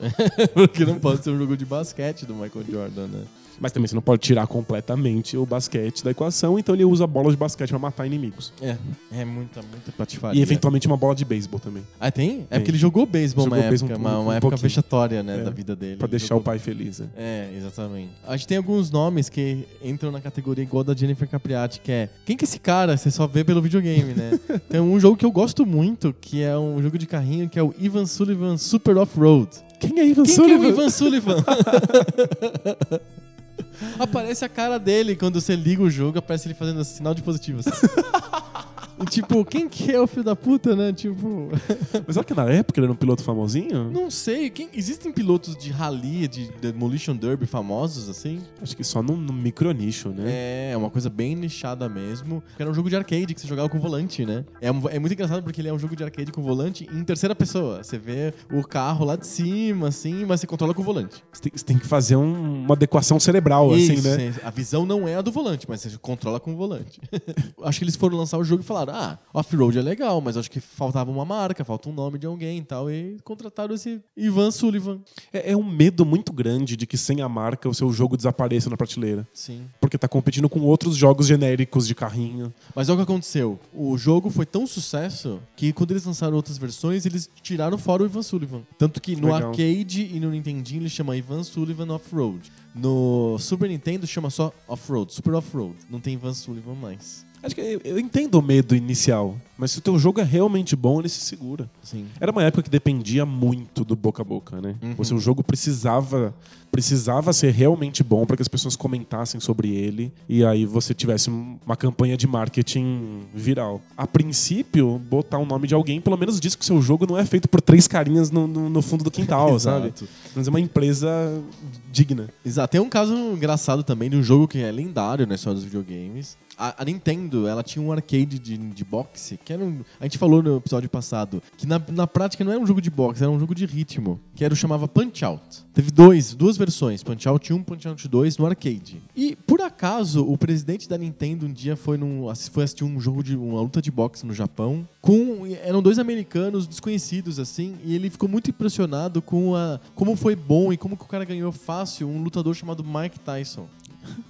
Porque não pode ser um jogo de basquete do Michael Jordan, né? Mas também você não pode tirar completamente o basquete da equação, então ele usa a bola de basquete pra matar inimigos. É. É muita, muita patifaria. E eventualmente uma bola de beisebol também, Ah, tem? É Tem. porque ele jogou beisebol uma Jogou beisebol época. um Uma, pouco- uma um época pouquinho. vexatória, né? É. da vida dele. Pra Ele deixar jogou- o pai feliz. né? É, exatamente. A gente tem alguns nomes que entram na categoria igual da Jennifer Capriati, que é quem que é esse cara? Você só vê pelo videogame, né? tem um jogo que eu gosto muito, que é um jogo de carrinho, que é o Ivan Sullivan Super Off-Road. Quem é Ivan Quem Sullivan? que é o Ivan Sullivan? aparece a cara dele quando você liga o jogo, aparece ele fazendo esse sinal de positivo. assim. E, tipo, quem que é o filho da puta, né? Tipo, Mas será que na época ele era um piloto famosinho? não sei. Quem... Existem pilotos de rally, de demolition derby famosos, assim? Acho que só no, no micronicho, né? É, é uma coisa bem nichada mesmo. Porque Era um jogo de arcade que você jogava com volante, né? É, um- é muito engraçado porque ele é um jogo de arcade com volante em terceira pessoa. Você vê o carro lá de cima, assim, mas você controla com o volante. Você tem, você tem que fazer um- uma adequação cerebral, assim, Isso, né? sim. A visão não é a do volante, mas você controla com o volante. acho que eles foram lançar o jogo e falaram: ah, off-road é legal, mas acho que faltava uma marca, falta um nome de alguém e tal. E contrataram esse Ivan Sullivan. É, é um medo muito grande de que sem a marca o seu jogo desapareça na prateleira. Sim. Porque tá competindo com outros jogos genéricos de carrinho. Mas olha o que aconteceu. O jogo foi tão sucesso que quando eles lançaram outras versões, eles tiraram fora o Ivan Sullivan. Tanto que no Legal. arcade e no Nintendinho ele chama Ivan Sullivan Off-Road. No Super Nintendo chama só Off-Road, Super Off-Road. Não tem Ivan Sullivan mais. Acho que eu, eu entendo o medo inicial, mas se o teu jogo é realmente bom, ele se segura. Sim. Era uma época que dependia muito do boca a boca, né? Uhum. O seu jogo precisava precisava ser realmente bom para que as pessoas comentassem sobre ele e aí você tivesse um- uma campanha de marketing viral. A princípio, botar o nome de alguém, pelo menos diz que o seu jogo não é feito por três carinhas no, no- no fundo do quintal, sabe? Exato. Mas é uma empresa digna. Exato. Tem um caso engraçado também de um jogo que é lendário na história dos videogames. A, a Nintendo, ela tinha um arcade de, de boxe, que era um... A gente falou no episódio passado, que na, na prática não era um jogo de boxe, era um jogo de ritmo, que era o chamava Punch-Out. Teve dois, duas versões, um, Punch-Out 1 Punch-Out 2 no arcade. E, por acaso, o presidente da Nintendo um dia foi, num, assi- foi assistir um jogo de... uma luta de boxe no Japão, com... Eram dois americanos desconhecidos, assim, e ele ficou muito impressionado com a... Como foi bom e como que o cara ganhou fácil um lutador chamado Mike Tyson.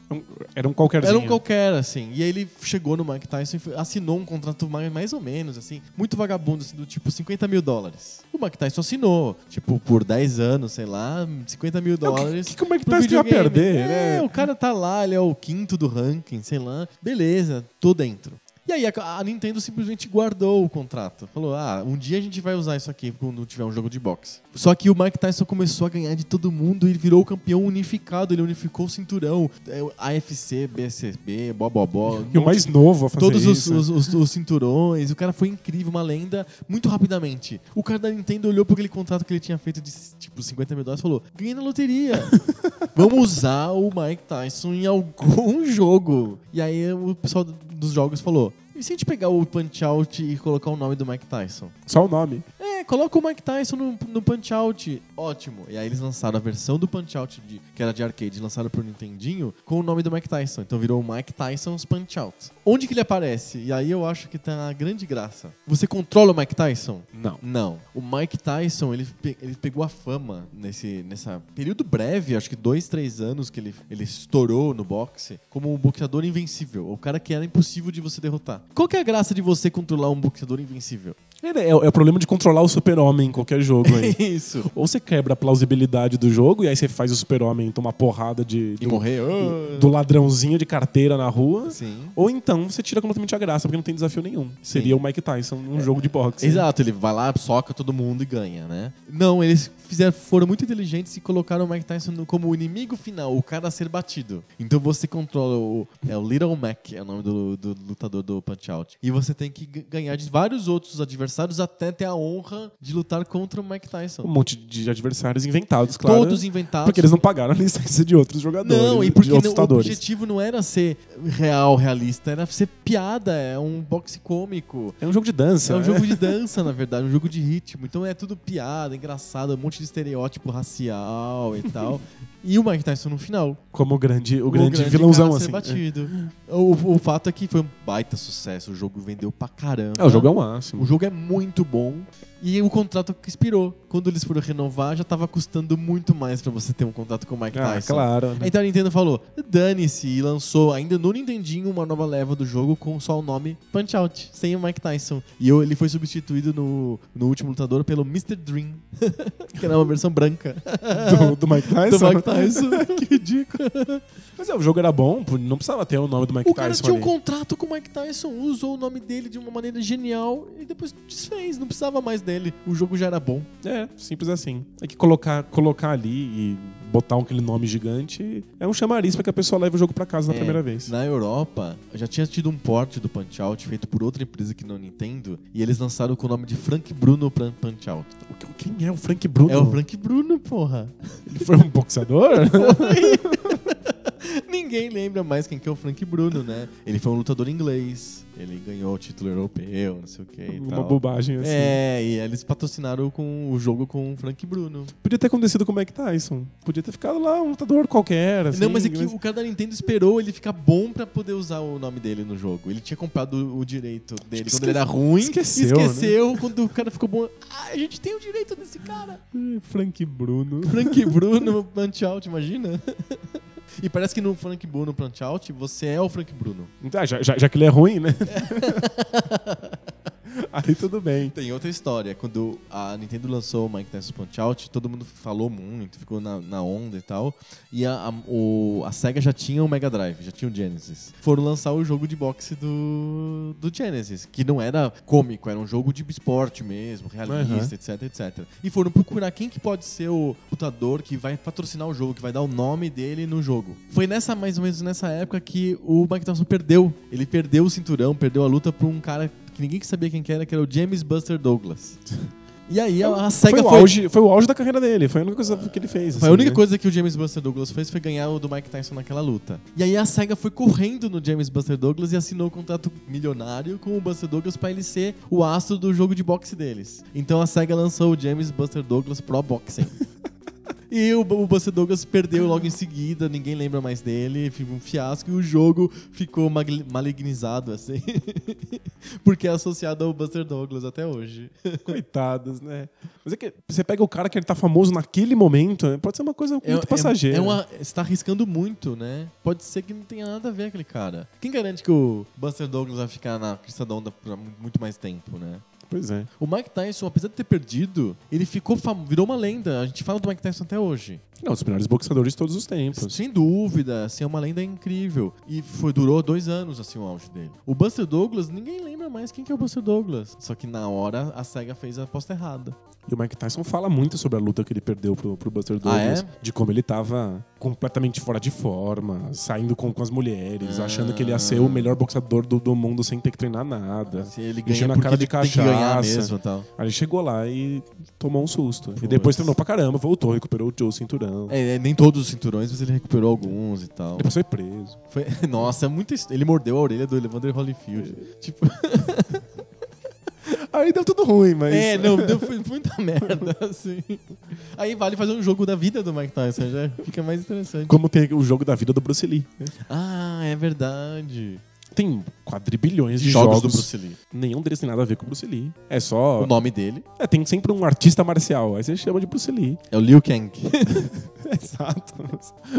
Um- Era um qualquerzinho. Era um qualquer, assim. E aí ele chegou no Mike Tyson e foi- assinou um contrato mais, mais ou menos, assim, muito vagabundo, assim, do tipo 50 mil dólares. O Mike Tyson assinou, tipo, por 10 anos, sei lá, 50 mil Não, dólares. que- que- como é que pro tá esse a videogame. perder, É, né? o cara tá lá, ele é o quinto do ranking, sei lá. Beleza, tô dentro. E aí a, a Nintendo simplesmente guardou o contrato. Falou, ah, um dia a gente vai usar isso aqui quando tiver um jogo de boxe. Só que o Mike Tyson começou a ganhar de todo mundo e ele virou o campeão unificado. Ele unificou o cinturão. É, o AFC, BCB, Bobobó. E o mais novo a fazer Todos os, isso. os, os- os cinturões, o cara foi incrível, uma lenda, muito rapidamente. O cara da Nintendo olhou para aquele contrato que ele tinha feito de tipo 50 mil dólares e falou: ganhei na loteria. Vamos usar o Mike Tyson em algum jogo. E aí o pessoal dos jogos falou: e se a gente pegar o Punch Out e colocar o nome do Mike Tyson? Só o nome. É, coloca o Mike Tyson no, no Punch-Out. Ótimo. E aí eles lançaram a versão do Punch-Out, de- que era de arcade, lançaram pro Nintendinho, com o nome do Mike Tyson. Então virou o Mike Tyson's Punch-Out. Onde que ele aparece? E aí eu acho que tá a grande graça. Você controla o Mike Tyson? Não. Não. O Mike Tyson, ele, pe- ele pegou a fama nesse nessa período breve, acho que dois, três anos que ele, ele estourou no boxe, como um boxeador invencível. O cara que era impossível de você derrotar. Qual que é a graça de você controlar um boxeador invencível? É, é o problema de controlar o super-homem em qualquer jogo aí. Isso. Ou você quebra a plausibilidade do jogo e aí você faz o super-homem tomar porrada de, E do, morrer. ah. do ladrãozinho de carteira na rua. Sim. Ou então você tira completamente a graça, porque não tem desafio nenhum. Seria o Mike Tyson num jogo de boxe. É, Exato, ele vai lá, soca todo mundo e ganha, né? Não, eles fizeram, foram muito inteligentes e colocaram o Mike Tyson no- como o inimigo final, o cara a ser batido. Então você controla o. É o Little Mac, é o nome do, do lutador do Punch Out. E você tem que g- ganhar de vários outros adversários até ter a honra de lutar contra o Mike Um Tyson. monte de adversários inventados, claro. Todos inventados. Porque eles não pagaram a licença de outros jogadores. Não, e porque de outros não- o lutadores. objetivo não era ser real, realista, era ser piada, é um boxe cômico. É um jogo de dança. É um né? jogo de dança, na verdade, um jogo de ritmo. Então é tudo piada, engraçado, um monte de estereótipo racial e tal. E o Mike Tyson no final. Como o grande, o O grande, vilãozão, cara a assim. ser batido. O, o fato é que foi um baita sucesso. O jogo vendeu pra caramba. É, o jogo é o máximo. O jogo é muito bom. E o contrato que expirou. Quando eles foram renovar, já tava custando muito mais pra você ter um contrato com o Mike Ah, Tyson. claro. né? Então a Nintendo falou, dane-se, e lançou ainda no Nintendinho uma nova leva do jogo com só o nome Punch Out, sem o Mike Tyson. E eu- ele foi substituído no, no último lutador pelo Mr. Dream, que era uma versão branca Do, do Mike do Tyson. Mike Tyson. que ridículo. Mas é, o jogo era bom, pô, não precisava ter o nome do Mike O Tyson. cara tinha um ali. contrato com o Mike Tyson, usou o nome dele de uma maneira genial e depois desfez, não precisava mais dele. O jogo já era bom. É, simples assim. É que colocar, colocar ali e botar aquele nome gigante é um chamariz pra que a pessoa leve o jogo pra casa na É, primeira vez. Na Europa, já tinha tido um porte do Punch Out feito por outra empresa que não é Nintendo, e eles lançaram com o nome de Frank Bruno Pan- Punch Out. Quem é o Frank Bruno? É o Frank Bruno, porra. Ele foi um boxeador? Ninguém lembra mais quem que é o Frank Bruno, né? Ele foi um lutador inglês, ele ganhou o título europeu, não sei o que e Uma tal. bobagem assim. É, e eles patrocinaram com o jogo com o Frank Bruno. Podia ter acontecido com o Mike Tyson. Podia ter ficado lá um lutador qualquer. Assim, não, mas é que o cara da Nintendo esperou ele ficar bom pra poder usar o nome dele no jogo. Ele tinha comprado o direito dele que quando ele era ruim. esqueceu, Esqueceu. né? Quando o cara ficou bom. Ah, a gente tem o direito desse cara. né? Ih, Frank Bruno. Frank Bruno Punch Out, imagina? E parece que no Frank Bruno Punch Out você é o Frank Bruno. Ah, já, já- já que ele é ruim, né? Aí tudo bem. Tem outra história. Quando a Nintendo lançou o Mike Tyson Punch Out, todo mundo falou muito, ficou na, na onda e tal. E a, a- o- a SEGA já tinha o Mega Drive, já tinha o Genesis. Foram lançar o jogo de boxe do, do Genesis, que não era cômico, era um jogo de esporte mesmo, realista, etc, etc. E foram procurar quem que pode ser o lutador que vai patrocinar o jogo, que vai dar o nome dele no jogo. Foi nessa, mais ou menos nessa época que o Mike Tyson perdeu. Ele perdeu o cinturão, perdeu a luta pra um cara que ninguém que sabia quem que era, que era o James Buster Douglas. E aí a, a SEGA Foi o, foi... auge, foi o auge da carreira dele. Foi a única coisa que ele fez. Foi a assim, única né? coisa que o James Buster Douglas fez foi ganhar o do Mike Tyson naquela luta. E aí a SEGA foi correndo no James Buster Douglas e assinou um contrato milionário com o Buster Douglas pra ele ser o astro do jogo de boxe deles. Então a SEGA lançou o James Buster Douglas Pro Boxing. E o, Bu- o Buster Douglas perdeu logo em seguida, ninguém lembra mais dele, ficou um fiasco e o jogo ficou magli- malignizado, assim. Porque é associado ao Buster Douglas até hoje. Coitadas, né? Mas é que você pega o cara que ele tá famoso naquele momento, né? pode ser uma coisa muito passageira. É uma, você tá arriscando muito, né? Pode ser que não tenha nada a ver aquele cara. Quem garante que o Buster Douglas vai ficar na crista da onda por mu- muito mais tempo, né? Pois é. O Mike Tyson, apesar de ter perdido, ele ficou fam- virou uma lenda. A gente fala do Mike Tyson até hoje. Não, os melhores boxeadores de todos os tempos. Sem dúvida, assim, é uma lenda incrível. E foi, durou dois anos, assim, o auge dele. O Buster Douglas, ninguém lembra mais quem que é o Buster Douglas. Só que na hora, a SEGA fez a aposta errada. E o Mike Tyson fala muito sobre a luta que ele perdeu pro, pro Buster Douglas. Ah, De como ele tava completamente fora de forma, saindo com, com as mulheres, achando que ele ia Ah. ser o melhor boxeador do, do mundo sem ter que treinar nada. Assim, ele ganha Enchendo a porque cara de ele tem que ganhar cachaça. mesmo e tal. Aí ele chegou lá e tomou um susto. E Putz. depois treinou pra caramba, voltou, recuperou o cinturão. É, é, nem todos os cinturões, mas ele recuperou alguns e tal. Depois foi preso. Foi- nossa, é muito. his- Ele mordeu a orelha do Evander Holyfield. Tipo, Aí deu tudo ruim, mas. É, não, deu, foi muita merda, assim. Aí vale fazer um jogo da vida do Mike Tyson, já fica mais interessante. Como tem o jogo da vida do Bruce Lee. né? Ah, é verdade. Tem quadrilhões de Jogos jogos, do Bruce Lee. Nenhum deles tem nada a ver com o Bruce Lee. É só. O nome dele É, tem sempre um artista marcial. Aí você chama de Bruce Lee. é o Liu Kang. Exato.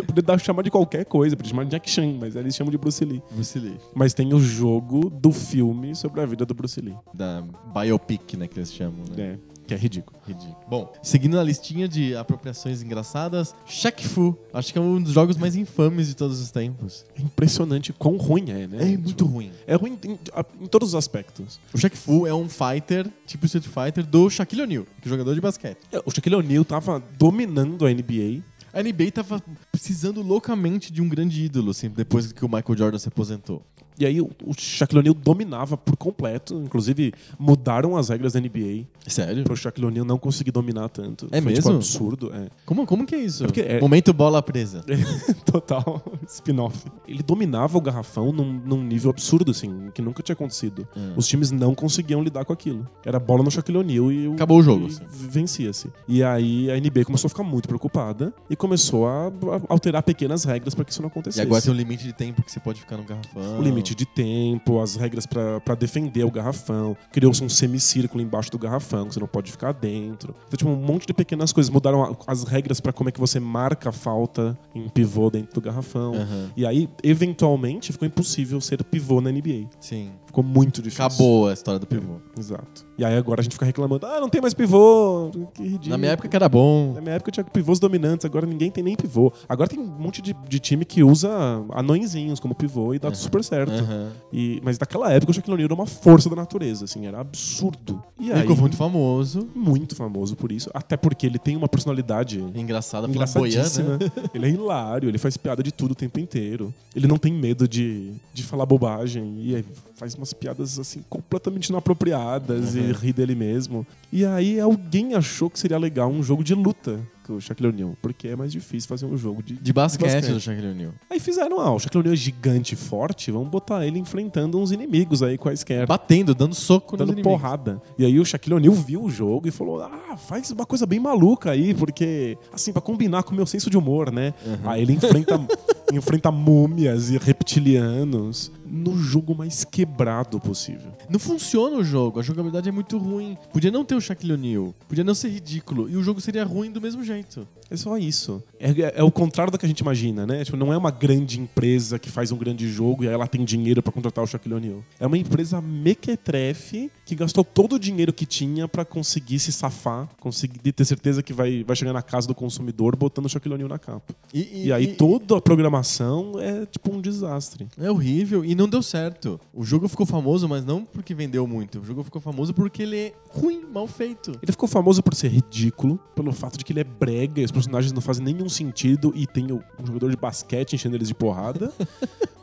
Podia dar chamar de qualquer coisa, podia chamar de Jack Chan, mas aí eles chamam de Bruce Lee. Bruce Lee. Mas tem o jogo do filme sobre a vida do Bruce Lee. Da biopic, né, que eles chamam, né? É, que é ridículo. Ridículo. Bom, seguindo a listinha de apropriações engraçadas, Shaq Fu. Acho que é um dos jogos mais infames de todos os tempos. É impressionante quão ruim é, né? É, muito ruim. É ruim em, em todos os aspectos. O Shaq Fu é um fighter, tipo Street Fighter, do Shaquille O'Neal, que é jogador de basquete. É, O Shaquille O'Neal tava dominando a NBA. A NBA tava precisando loucamente de um grande ídolo, assim, depois que o Michael Jordan se aposentou. E aí o o Shaquille O'Neal dominava por completo. Inclusive, mudaram as regras da NBA Sério? pro Shaquille O'Neal não conseguir dominar tanto. É Foi, tipo, mesmo? absurdo, é. Como, como que é isso? porque é- Momento bola presa. Total spin-off. Ele dominava o garrafão num, num nível absurdo, assim, que nunca tinha acontecido. É. Os times não conseguiam lidar com aquilo. Era bola no Shaquille O'Neal e o- Acabou o jogo, e assim. Vencia-se. E aí a NBA começou a ficar muito preocupada e começou a, a alterar pequenas regras pra que isso não E acontecesse. agora tem um limite de tempo que você pode ficar no garrafão. O limite de tempo, as regras pra pra defender o garrafão. Criou-se um semicírculo embaixo do garrafão, que você não pode ficar dentro. Então, tipo, um monte de pequenas coisas. Mudaram a- as regras pra como é que você marca a falta em pivô dentro do garrafão. Aham. E aí, eventualmente, ficou impossível ser pivô na NBA. Sim. Ficou muito difícil. Acabou a história do pivô. Exato. E aí agora a gente fica reclamando: ah, não tem mais pivô. Que ridículo. Na minha época que era bom. Na minha época tinha pivôs dominantes, agora ninguém tem nem pivô. Agora tem um monte de, de time que usa anõezinhos como pivô e dá super certo. Aham. E- mas naquela época o Shaquille O'Neal era uma força da natureza, assim, era absurdo. E Ele aí, ficou muito famoso. muito famoso por isso, até porque ele tem uma personalidade Engraçado, engraçadíssima. flamboyante. ele é hilário, ele faz piada de tudo o tempo inteiro. Ele não tem medo de, de falar bobagem e aí faz umas piadas assim completamente inapropriadas Uhum. e ri dele mesmo. E aí alguém achou que seria legal um jogo de luta com o Shaquille O'Neal, porque é mais difícil fazer um jogo de, De basquete, basquete. do Shaquille O'Neal. Aí fizeram, ah, o Shaquille O'Neal é gigante e forte, vamos botar ele enfrentando uns inimigos aí quaisquer. Batendo, dando soco nos Dando inimigos. porrada. E aí o Shaquille O'Neal viu o jogo e falou: Ah, faz uma coisa bem maluca aí, porque, assim, pra combinar com o meu senso de humor, né? Aí ele enfrenta, enfrenta múmias e reptilianos no jogo mais quebrado possível. Não funciona o jogo, a jogabilidade é muito ruim. Podia não ter o Shaquille O'Neal, podia não ser ridículo, e o jogo seria ruim do mesmo jeito. É só isso. É, é- é o contrário do que a gente imagina, né? Tipo, não é uma grande empresa que faz um grande jogo e aí ela tem dinheiro pra contratar o Shaquille O'Neal. É uma empresa mequetrefe que gastou todo o dinheiro que tinha pra conseguir se safar, conseguir ter certeza que vai, vai chegar na casa do consumidor botando o Shaquille O'Neal na capa. E, aí toda a programação é tipo um desastre. É horrível e não deu certo. O jogo ficou famoso, mas não porque vendeu muito. O jogo ficou famoso porque ele é ruim, mal feito. Ele ficou famoso por ser ridículo, pelo fato de que ele é brega, e os personagens não fazem nenhum sentido e tem o- um jogador de basquete enchendo eles de porrada.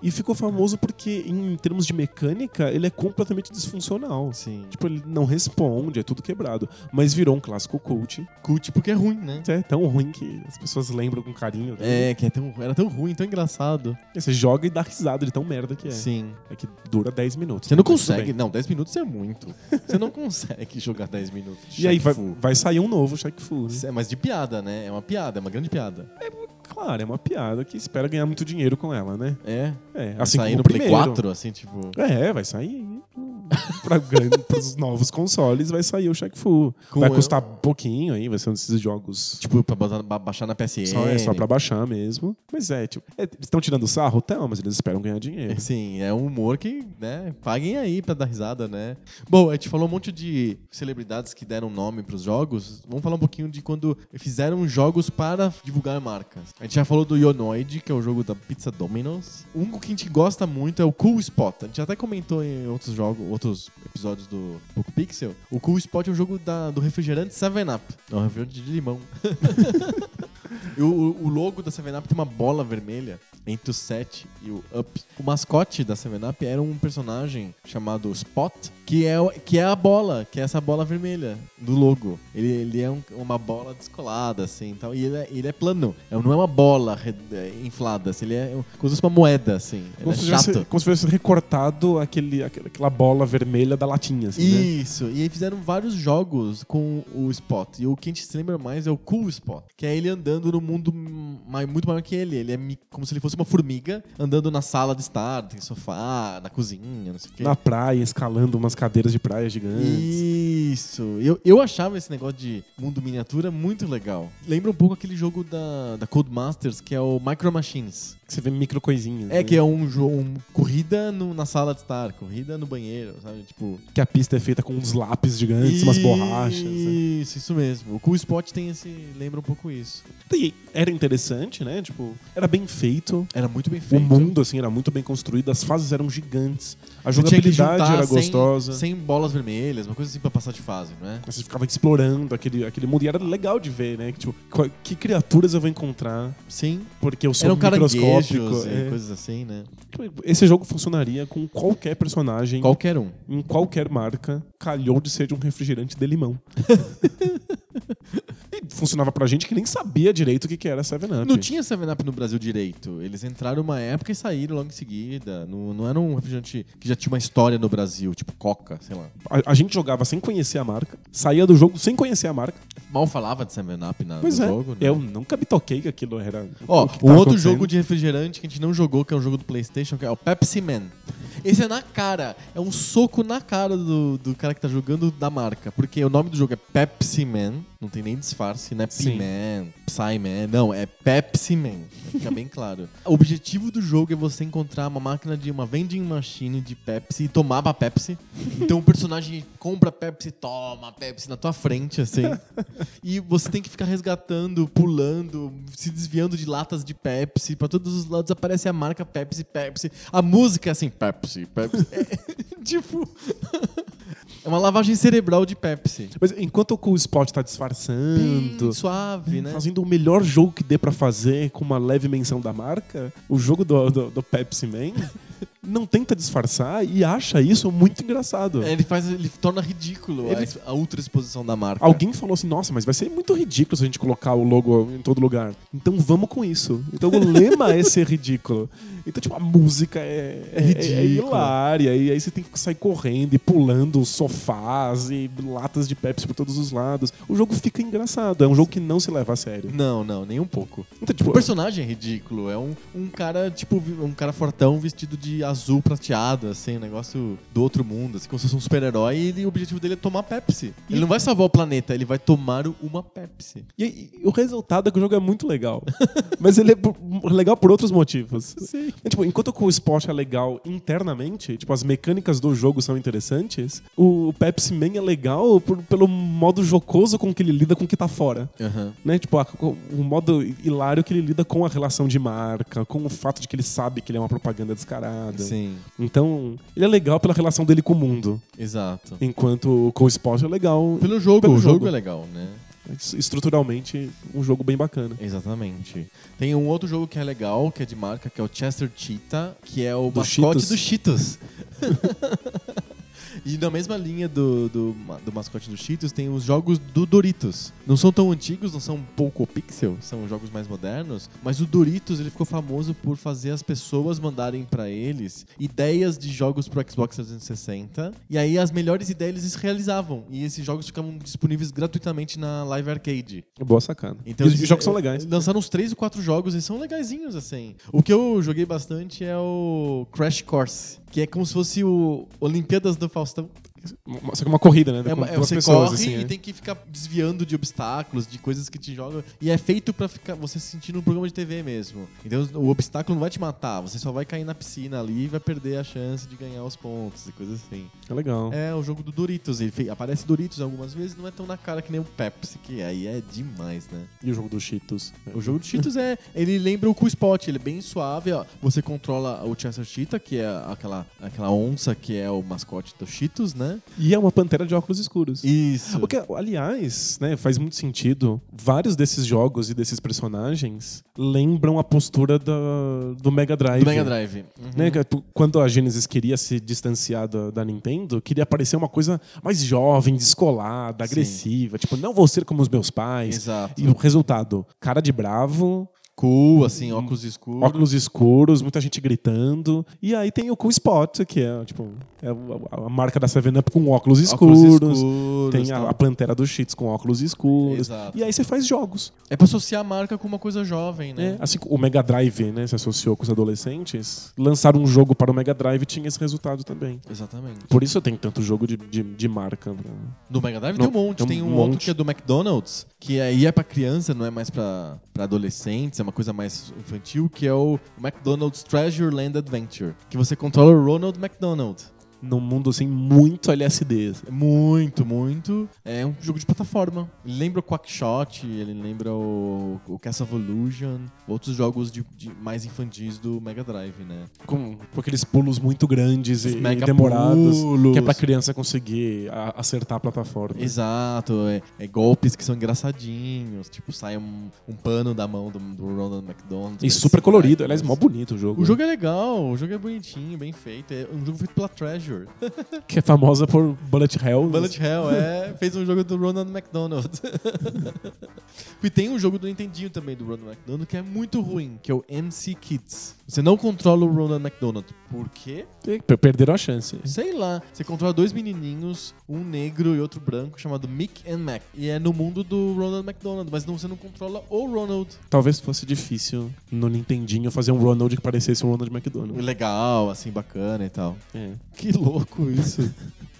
e ficou famoso porque, em termos de mecânica, ele é completamente disfuncional. Sim. Tipo, ele não responde, é tudo quebrado. Mas virou um clássico cult. Cult porque é ruim, né? É tão ruim que as pessoas lembram com carinho. né? É, que é tão- era tão ruim, tão engraçado. Você joga e dá risada de tão merda que é. Sim. É que dura 10 minutos. Você não Mas tudo consegue. bem. Não, 10 minutos é muito. Você não consegue jogar 10 minutos. de E aí vai, Shaq Fu. vai sair um novo Shaq Fu. né? É, mas de piada, né? É uma piada, é uma grande piada. Claro, é uma piada que espera ganhar muito dinheiro com ela, né? É. É, assim Sair como no o Play primeiro. 4, assim, tipo. É, vai sair para os novos consoles, vai sair o Shaq Fu. Com vai eu- custar pouquinho aí, vai ser um desses jogos Tipo, pra botar- ba- baixar na PSN. só, é, Tipo, só pra baixar mesmo. Mas é, tipo, é, eles estão tirando sarro? Tão, mas eles esperam ganhar dinheiro. Sim, é um humor que, né, paguem aí pra dar risada, né? Bom, a gente falou um monte de celebridades que deram nome pros jogos. Vamos falar um pouquinho de quando fizeram jogos para divulgar marcas. A gente já falou do Yonoid, que é o jogo da Pizza Domino's. Um que a gente gosta muito é o Cool Spot. A gente até comentou em outros jogos, outros episódios do Poco Pixel. O Cool Spot é um jogo da- do refrigerante 7-Up. É um refrigerante de limão. E o, o logo da 7-Up tem uma bola vermelha entre o 7 e o Up. O mascote da 7-Up era um personagem chamado Spot, que é, o- que é a bola, que é essa bola vermelha do logo. Ele, ele é um- uma bola descolada, assim, e tal, e ele é, ele é plano. É- Não é uma bola re- é, inflada, assim, ele é um- como se fosse uma moeda, assim. Ele Como é se, tivesse, chato. como se tivesse recortado aquele, aquele- aquela bola vermelha da latinha, assim, né? Isso, e aí fizeram vários jogos com o Spot. E o que a gente se lembra mais é o Cool Spot, que é ele andando no mundo ma- muito maior que ele. Ele é mi- como se ele fosse uma formiga andando na sala de estar, tem sofá, na cozinha, não sei o quê. Na praia, escalando umas cadeiras de praia gigantes. Isso. Eu, eu achava esse negócio de mundo miniatura muito legal. Lembra um pouco aquele jogo da, da Codemasters, que é o Micro Machines. Que você vê micro coisinhas. né? É que é um jogo, um, corrida no- na sala de estar, corrida no banheiro, sabe? Tipo, que a pista é feita com uns lápis gigantes, umas borrachas. né? Isso, isso mesmo. O Cool Spot tem esse. lembra um pouco isso. E era interessante, né? Tipo, era bem feito. Era muito bem O feito. mundo, assim, era muito bem construído, as fases eram gigantes, a Você tinha que jogabilidade juntar era cem- gostosa. 100 bolas vermelhas, uma coisa assim pra passar de fase, não é? Você ficava explorando aquele, aquele mundo e era legal de ver, né? Que, Tipo, qual- que criaturas eu vou encontrar, Sim. porque eu sou Eram caranguejos microscópico. e é. Tipo, coisas um assim, né? Esse jogo funcionaria com qualquer personagem, Qualquer um. em qualquer marca, calhou de ser de um refrigerante de limão. e funcionava pra gente que nem sabia direito o que, que era 7-Up. Não tinha 7-Up no Brasil direito. Eles entraram uma época e saíram logo em seguida. Não, não era um refrigerante que já tinha uma história no Brasil, tipo Coca, sei lá. A, a gente jogava sem conhecer a marca, saía do jogo sem conhecer a marca. Mal falava de 7-Up na- no Pois é, jogo, né? eu nunca me toquei que aquilo era. Ó, o um que tá outro acontecendo. jogo de refrigerante que a gente não jogou, que é um jogo do Playstation, que é o Pepsi Man. Esse é na cara, é um soco na cara do, do cara que tá jogando da marca. Porque o nome do jogo é Pepsi Man, não tem nem disfarce, não é Sim. P-Man, Psy-Man, não, é Pepsi Man. Fica bem claro. O objetivo do jogo é você encontrar uma máquina de uma vending machine de Pepsi e tomar pra Pepsi. Então o personagem compra Pepsi, toma Pepsi na tua frente, assim. E você tem que ficar resgatando, pulando, se desviando de latas de Pepsi. Pra todos os lados aparece a marca Pepsi, Pepsi. A música é assim, Pepsi, Pepsi. É, tipo... é uma lavagem cerebral de Pepsi. Mas enquanto o Cool Spot tá Bem disfarçando, suave, né? fazendo o melhor jogo que dê pra fazer com uma leve menção da marca, o jogo do, do, do Pepsi Man não tenta disfarçar e acha isso muito engraçado. É, Ele faz, ele torna ridículo Ele- a, a ultra exposição da marca. Alguém falou assim, nossa, mas vai ser muito ridículo se a gente colocar o logo em todo lugar. Então vamos com isso. Então o lema é ser ridículo. Então, tipo, a música é, é, é, é Ridícula. hilária. E aí você tem que sair correndo e pulando sofás e latas de Pepsi por todos os lados. O jogo fica engraçado. É um jogo que não se leva a sério. Não, não, nem um pouco. Então, O tipo, personagem é ridículo. É um, um cara, tipo, vi- um cara fortão vestido de azul prateado, assim, um negócio do outro mundo, assim, como se fosse um super-herói. E ele- o objetivo dele é tomar Pepsi. Ele não vai salvar o planeta, ele vai tomar uma Pepsi. e, aí, o resultado é que o jogo é muito legal. Mas ele é por- legal por outros motivos. Sim. É, tipo, enquanto que o esporte é legal internamente, tipo, as mecânicas do jogo são interessantes, o Pepsi Man é legal por- pelo modo jocoso com que ele lida com o que tá fora. Né? Tipo, a- o modo hilário que ele lida com a relação de marca, com o fato de que ele sabe que ele é uma propaganda descarada. Sim, Então, ele é legal pela relação dele com o mundo, exato. enquanto o Co-Sport é legal Pelo jogo, Pelo o jogo. jogo. é legal, né? estruturalmente, um jogo bem bacana. Exatamente. Tem um outro jogo que é legal, que é de marca, que é o Chester Cheetah, que é o Do mascote Cheetos. do Cheetos. E na mesma linha do, do, ma- do mascote do Cheetos tem os jogos do Doritos. Não são tão antigos, não são pouco pixel, são jogos mais modernos, mas o Doritos ele ficou famoso por fazer as pessoas mandarem pra eles ideias de jogos pro Xbox 360, e aí as melhores ideias eles realizavam, e esses jogos ficavam disponíveis gratuitamente na Live Arcade. Boa sacana. Então, e os eles- jogos são eh, legais. Lançaram uns três ou quatro jogos e são legaisinhos, assim. O que eu joguei bastante é o Crash Course, que é como se fosse o Olimpíadas do Faustão. Uma- Só que é uma corrida, né? É com uma- é, duas você pessoas, corre assim. e é. tem que ficar desviando de obstáculos, de coisas que te jogam. E é feito pra ficar você se sentindo um programa de TV mesmo. Então o obstáculo não vai te matar, você só vai cair na piscina ali e vai perder a chance de ganhar os pontos e coisas assim. é legal. É o jogo do Doritos, ele fe- aparece Doritos algumas vezes, não é tão na cara que nem o Pepsi, que aí é demais, né? E o jogo dos Cheetos. O jogo de Cheetos é. Ele lembra o Cool Spot, ele é bem suave. Ó. Você controla o Chester Cheetah, que é aquela, aquela onça que é o mascote do Cheetos, né? né? E é uma pantera de óculos escuros. Isso. O que, aliás, né, faz muito sentido. Vários desses jogos e desses personagens lembram a postura da- do Mega Drive. Do Mega Drive. Uhum. Né, que tu- Quando a Genesis queria se distanciar da, da Nintendo, queria aparecer uma coisa mais jovem, descolada, agressiva. Tipo, não vou ser como os meus pais. Exato. E o resultado, cara de bravo, Cool, assim, óculos escuros. óculos escuros, muita gente gritando. E aí tem o Cool Spot, que é, tipo, é a a marca da 7-Up com óculos escuros. escuros, tem a, tal. a Pantera dos Cheats com óculos escuros. Exato. E aí você faz jogos. É pra associar a marca com uma coisa jovem, Né? né? Assim como o Mega Drive né, se associou com os adolescentes, lançar um jogo para o Mega Drive tinha esse resultado também. Exatamente. Por isso tem tanto jogo de, de, de marca. né? pra- Do Mega Drive Não, tem um monte. Tem um, outro monte. que é do McDonald's, que aí é pra criança, não é mais pra, pra adolescentes, é uma coisa mais infantil, que é o McDonald's Treasure Land Adventure. Que você controla o Ronald McDonald. Num mundo assim, muito LSD. assim. É Muito, muito. É um jogo de plataforma. Ele lembra o Quackshot, ele lembra o, o Castle of Illusion, outros jogos de, de- mais infantis do Mega Drive, né? Com, com aqueles pulos muito grandes Os e, e mega demorados. pulos. Que é pra criança conseguir a- acertar a plataforma. Exato, é, é golpes que são engraçadinhos, tipo, sai um, um pano da mão do, do Ronald McDonald. E super colorido. Aliás, mó bonito é o jogo. né? O jogo é legal, o jogo é bonitinho, bem feito. É um jogo feito pela Treasure. que é famosa por Bullet Hell. Bullet Hell, é. Fez um jogo do Ronald McDonald. e tem um jogo do Nintendinho também, do Ronald McDonald, que é muito ruim, que é o MC Kids. Você não controla o Ronald McDonald. Por quê? E per- Perderam a chance. Sei lá. Você controla dois menininhos, um negro e outro branco, chamado Mick and Mac. E é no mundo do Ronald McDonald, mas não, você não controla o Ronald. Talvez fosse difícil no Nintendinho fazer um Ronald que parecesse um Ronald McDonald. Legal, assim, bacana e tal. É. Que louco isso.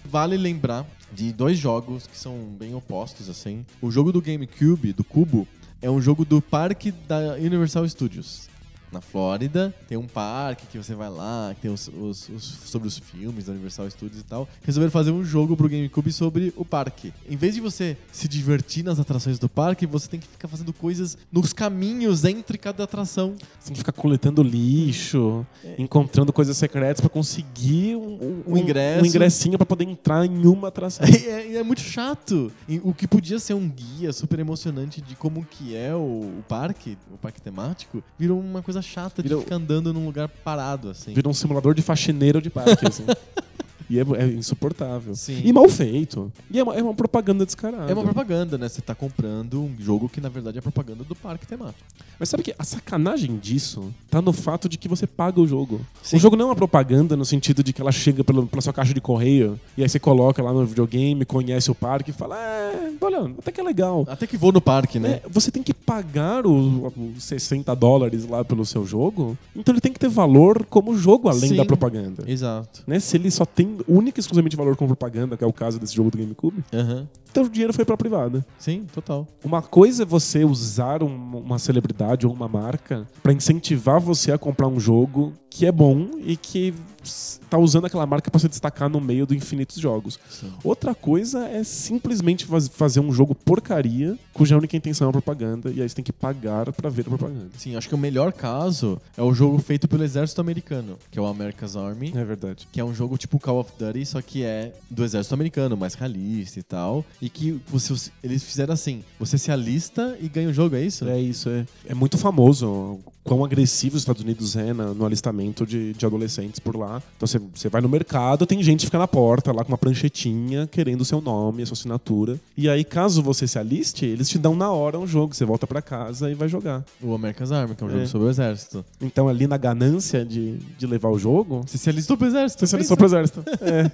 vale lembrar de dois jogos que são bem opostos, assim. O jogo do GameCube, do Cubo, é um jogo do parque da Universal Studios. Na Flórida, tem um parque que você vai lá, que tem os, os- os- sobre os filmes da Universal Studios e tal. Resolveram fazer um jogo pro GameCube sobre o parque. Em vez de você se divertir nas atrações do parque, você tem que ficar fazendo coisas nos caminhos entre cada atração. Você tem que ficar coletando lixo, encontrando coisas secretas pra conseguir É. um, Um ingresso. um ingressinho pra poder entrar em uma atração. E é, e é muito chato. E o que podia ser um guia super emocionante de como que é o, o parque, o parque temático, virou uma coisa chata Virou- de ficar andando num lugar parado, assim. Vira um simulador de faxineiro de parque, assim. E é, é insuportável. Sim. E mal feito. E é uma, é uma propaganda É descarada. uma propaganda, né? Você tá comprando um jogo que, na verdade, é propaganda do parque temático. Mas sabe que a sacanagem disso tá no fato de que você paga o jogo. Sim. O jogo não é uma propaganda no sentido de que ela chega pelo- pela sua caixa de correio e aí você coloca lá no videogame, conhece o parque e fala: é, olha, até que é legal. Até que vou no parque, né? É, você tem que pagar o- os 60 dólares lá pelo seu jogo, então ele tem que ter valor como jogo além Sim. da propaganda. Exato. Né? Se ele só tem única e exclusivamente valor como propaganda, que é o caso desse jogo do GameCube, Aham. então o dinheiro foi pra privada. Sim, total. Uma coisa é você usar um- uma celebridade ou uma marca pra incentivar você a comprar um jogo que é bom e que s- tá usando aquela marca pra se destacar no meio do infinitos jogos. Sim. Outra coisa é simplesmente faz- fazer um jogo porcaria cuja única intenção é a propaganda e aí você tem que pagar pra ver a propaganda. Sim, acho que o melhor caso é o jogo feito pelo exército americano, que é o America's Army. É verdade. que é um jogo tipo Call of Duty, só que é do exército americano, mais realista e tal. E que você- eles fizeram assim: você se alista e ganha o jogo, é isso? É isso, é. É muito famoso o quão agressivo os Estados Unidos é na- no alistamento de, de adolescentes por lá. Então você- você vai no mercado, tem gente que fica na porta lá com uma pranchetinha querendo o seu nome, a sua assinatura. E aí, caso você se aliste, eles te dão na hora um jogo. Você volta pra casa e vai jogar. O America's Army, que é um É. jogo sobre o exército. Então, ali na ganância de, de levar o jogo. Você se alistou pro exército? Você se alistou pro exército. É.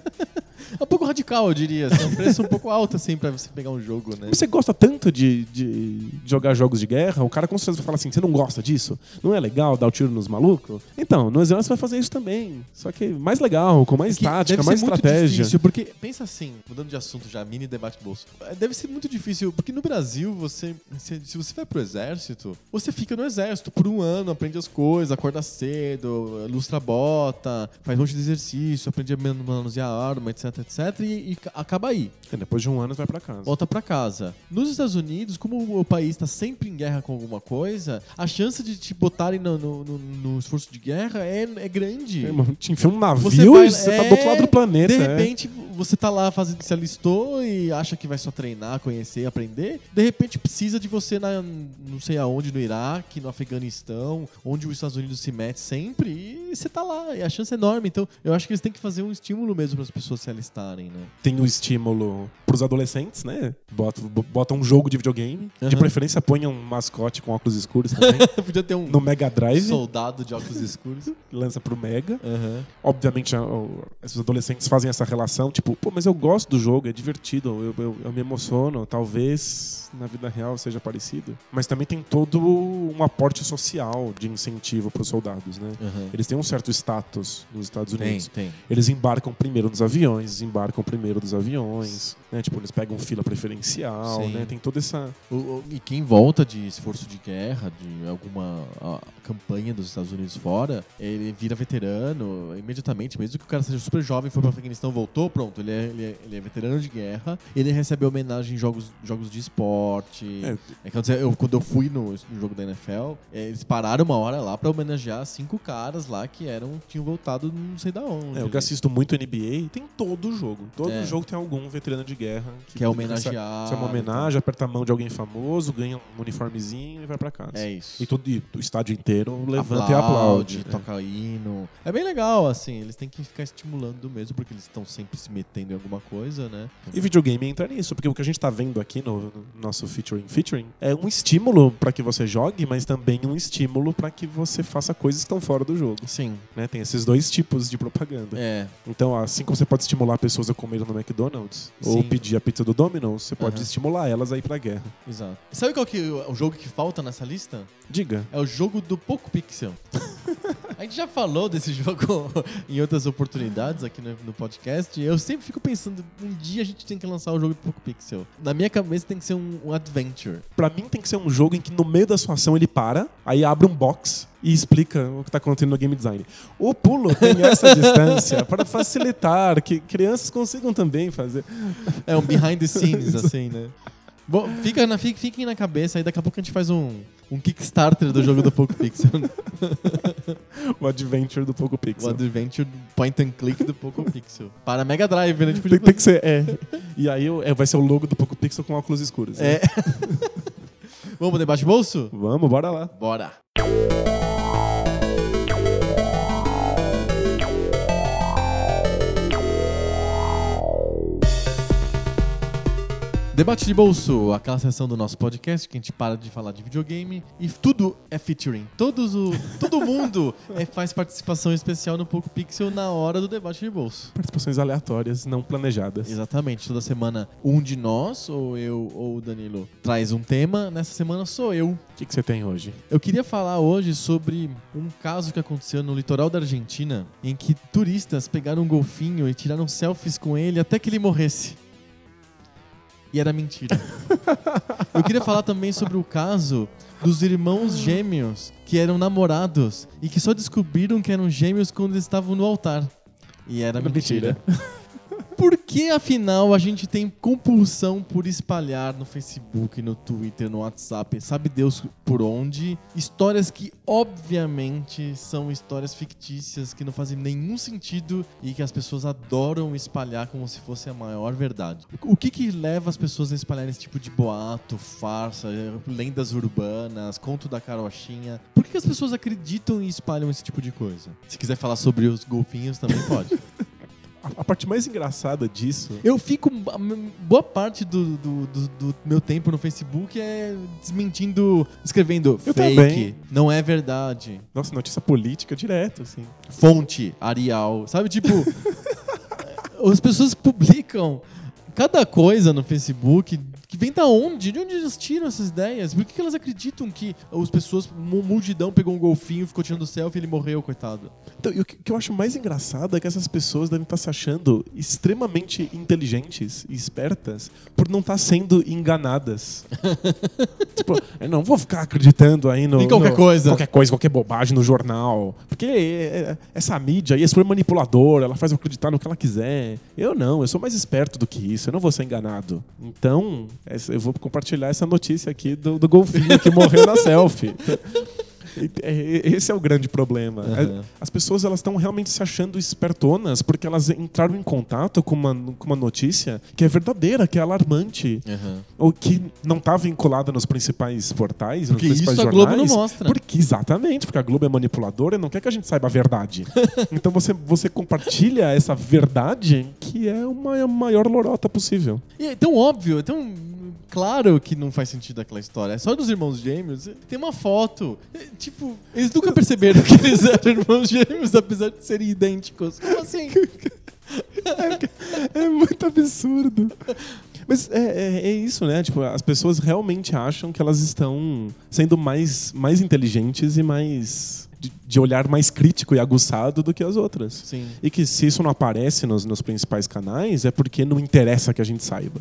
É um pouco radical, eu diria. assim, É um preço um pouco alto, assim, pra você pegar um jogo, né? Você gosta tanto de, de jogar jogos de guerra, o cara com certeza vai falar assim: você não gosta disso? Não é legal dar o tiro nos malucos? Então, no exército você vai fazer isso também. Só que mais legal, com mais É Que tática, deve mais ser muito é estratégia. difícil, porque pensa assim, mudando de assunto já, mini debate bolso. Eh, Deve ser muito difícil, porque no Brasil, você se, se você vai pro exército, você fica no exército por um ano, aprende as coisas, acorda cedo, lustra a bota, faz um monte de exercício, aprende a man- manusear a arma, etc etc. E, e acaba aí. E depois de um ano vai pra casa. Volta pra casa. Nos Estados Unidos, como o país tá sempre em guerra com alguma coisa, a chance de te botarem no, no- no- no esforço de guerra é, é grande. É, irmão, te enfia um navio Você e vai- você tá é, do outro lado do planeta. De é. repente, você tá lá fazendo, se alistou e acha que vai só treinar, conhecer, aprender. De repente, precisa de você na, não sei aonde, no Iraque, no Afeganistão, onde os Estados Unidos se mete sempre. E você tá lá. E a chance é enorme. Então, eu acho que eles têm que fazer um estímulo mesmo para as pessoas se alistarem, né? Tem o estímulo pros adolescentes, né? Bota, bo- bota um jogo de videogame. De Aham. preferência, ponha um mascote com óculos escuros também. Podia ter um no né? Mega Drive, soldado de óculos escuros. lança pro Mega. Aham. Obviamente, a- o- esses adolescentes fazem essa relação, tipo, pô, mas eu gosto do jogo, é divertido, eu, eu, eu me emociono, talvez na vida real seja parecido. Mas também tem todo um aporte social de incentivo para os soldados, né? Aham. Eles têm um certo status nos Estados Tem, Unidos. tem. Eles embarcam primeiro nos aviões, desembarcam primeiro dos aviões, né? Tipo, eles pegam fila preferencial, Sim. né? Tem toda essa. O- o- e quem volta de esforço de guerra, de alguma ó, campanha dos Estados Unidos fora, ele vira veterano imediatamente, mesmo que o cara seja super jovem, foi pro Afeganistão, voltou, pronto, ele é, ele é- ele é veterano de guerra, ele recebe homenagem em jogos, jogos de esporte. É. É, quer dizer, eu, quando eu fui no, no jogo da NFL, é, eles pararam uma hora lá pra homenagear cinco caras lá que eram tinham voltado não sei da onde. né? É, eu que assisto muito NBA, tem todo jogo. Todo É. jogo tem algum veterano de guerra que é essa- homenageado. Isso é uma homenagem, aperta a mão de alguém famoso, ganha um uniformezinho e vai pra casa. É isso. E todo e o estádio inteiro levanta levanta e aplaude. né? toca hino. É bem legal, assim, eles têm que ficar estimulando mesmo, porque eles estão sempre se metendo em alguma coisa, né? E videogame entra nisso, porque o que a gente tá vendo aqui no, no nosso featuring featuring é um estímulo pra que você jogue, mas também um estímulo pra que você faça coisas que estão fora do jogo. Sim, né? Tem esses dois tipos de propaganda. é. Então, assim como você pode estimular pessoas a comer no McDonald's ou Sim. pedir a pizza do Domino's, você pode Aham. estimular elas a ir pra guerra. Exato. Sabe qual que é o jogo que falta nessa lista? Diga. É o jogo do pouco pixel. A gente já falou desse jogo em outras oportunidades aqui no, no podcast. e Eu sempre fico pensando, um dia a gente tem que lançar o jogo do pouco pixel. Na minha cabeça tem que ser um, um adventure. Pra mim tem que ser um jogo em que no meio da sua ação ele para, aí abre um box e explica o que tá acontecendo no game design. O pulo tem essa distância para facilitar que crianças consigam também fazer. É um behind the scenes, assim, né? Bom, fica na, fi- fiquem na cabeça aí, daqui a pouco a gente faz um, um Kickstarter do jogo do Poco Pixel. O adventure do Poco o Pixel. Adventure Point and Click do Poco Pixel. Para Mega Drive, né? A gente Tem, podia- tem que ser, é. E aí eu- é, vai ser o logo do Poco Pixel com óculos escuros. né? É. Vamos pro debate bolso? Vamos, bora lá. Bora! Debate de bolso, aquela sessão do nosso podcast que a gente para de falar de videogame e tudo é featuring. Todos o, todo mundo é- faz participação especial no Poco Pixel na hora do debate de bolso. Participações aleatórias, não planejadas. Exatamente, toda semana um de nós, ou eu ou o Danilo, traz um tema. Nessa semana sou eu. O que, que você tem hoje? Eu queria falar hoje sobre um caso que aconteceu no litoral da Argentina, em que turistas pegaram um golfinho e tiraram selfies com ele até que ele morresse. E era mentira. Eu queria falar também sobre o caso dos irmãos gêmeos que eram namorados e que só descobriram que eram gêmeos quando eles estavam no altar. E era mentira. Por que, afinal, a gente tem compulsão por espalhar no Facebook, no Twitter, no WhatsApp, sabe Deus por onde, histórias que, obviamente, são histórias fictícias, que não fazem nenhum sentido e que as pessoas adoram espalhar como se fosse a maior verdade? O que que leva as pessoas a espalhar esse tipo de boato, farsa, eh, lendas urbanas, conto da carochinha? Por que que as pessoas acreditam e espalham esse tipo de coisa? Se quiser falar sobre os golfinhos, também pode. A, a parte mais engraçada disso. Eu fico. a m- Boa parte do, do- do- do meu tempo no Facebook é desmentindo, escrevendo Eu fake, também. não é verdade. Nossa, notícia política direto, assim. Fonte, Arial. Sabe, tipo. as pessoas publicam cada coisa no Facebook que vem da onde? De onde eles tiram essas ideias? Por que, que elas acreditam que as pessoas, mu- multidão, pegou um golfinho, ficou tirando selfie e ele morreu, coitado? Então, e o que que eu acho mais engraçado é que essas pessoas devem estar se achando extremamente inteligentes e espertas por não estar sendo enganadas. tipo, eu não vou ficar acreditando aí no. Em qualquer no- coisa. Qualquer coisa, qualquer bobagem no jornal. Porque é, é, essa mídia aí é super manipuladora, ela faz eu acreditar no que ela quiser. Eu não, eu sou mais esperto do que isso, eu não vou ser enganado. Então, essa- eu vou compartilhar essa notícia aqui do, do golfinho que morreu na selfie. É, é, Esse é o grande problema. Aham. A- As pessoas elas estão realmente se achando espertonas porque elas entraram em contato com uma, com uma notícia que é verdadeira, que é alarmante, ou que não está vinculada nos principais portais, Porque nos isso principais a jornais. Globo não mostra. Porque exatamente, porque a Globo é manipuladora e não quer que a gente saiba a verdade. então você, você compartilha essa verdade que é uma a maior lorota possível. E é tão óbvio, é tão claro que não faz sentido aquela história. É só dos irmãos gêmeos. Tem uma foto. É, tipo, eles nunca perceberam que eles eram irmãos gêmeos, apesar de serem idênticos. Como assim? É muito absurdo. Mas é, é- é isso, né? Tipo, as pessoas realmente acham que elas estão sendo mais, mais inteligentes e mais. De, de olhar mais crítico e aguçado do que as outras. Sim. E que se isso não aparece nos, nos principais canais, é porque não interessa que a gente saiba.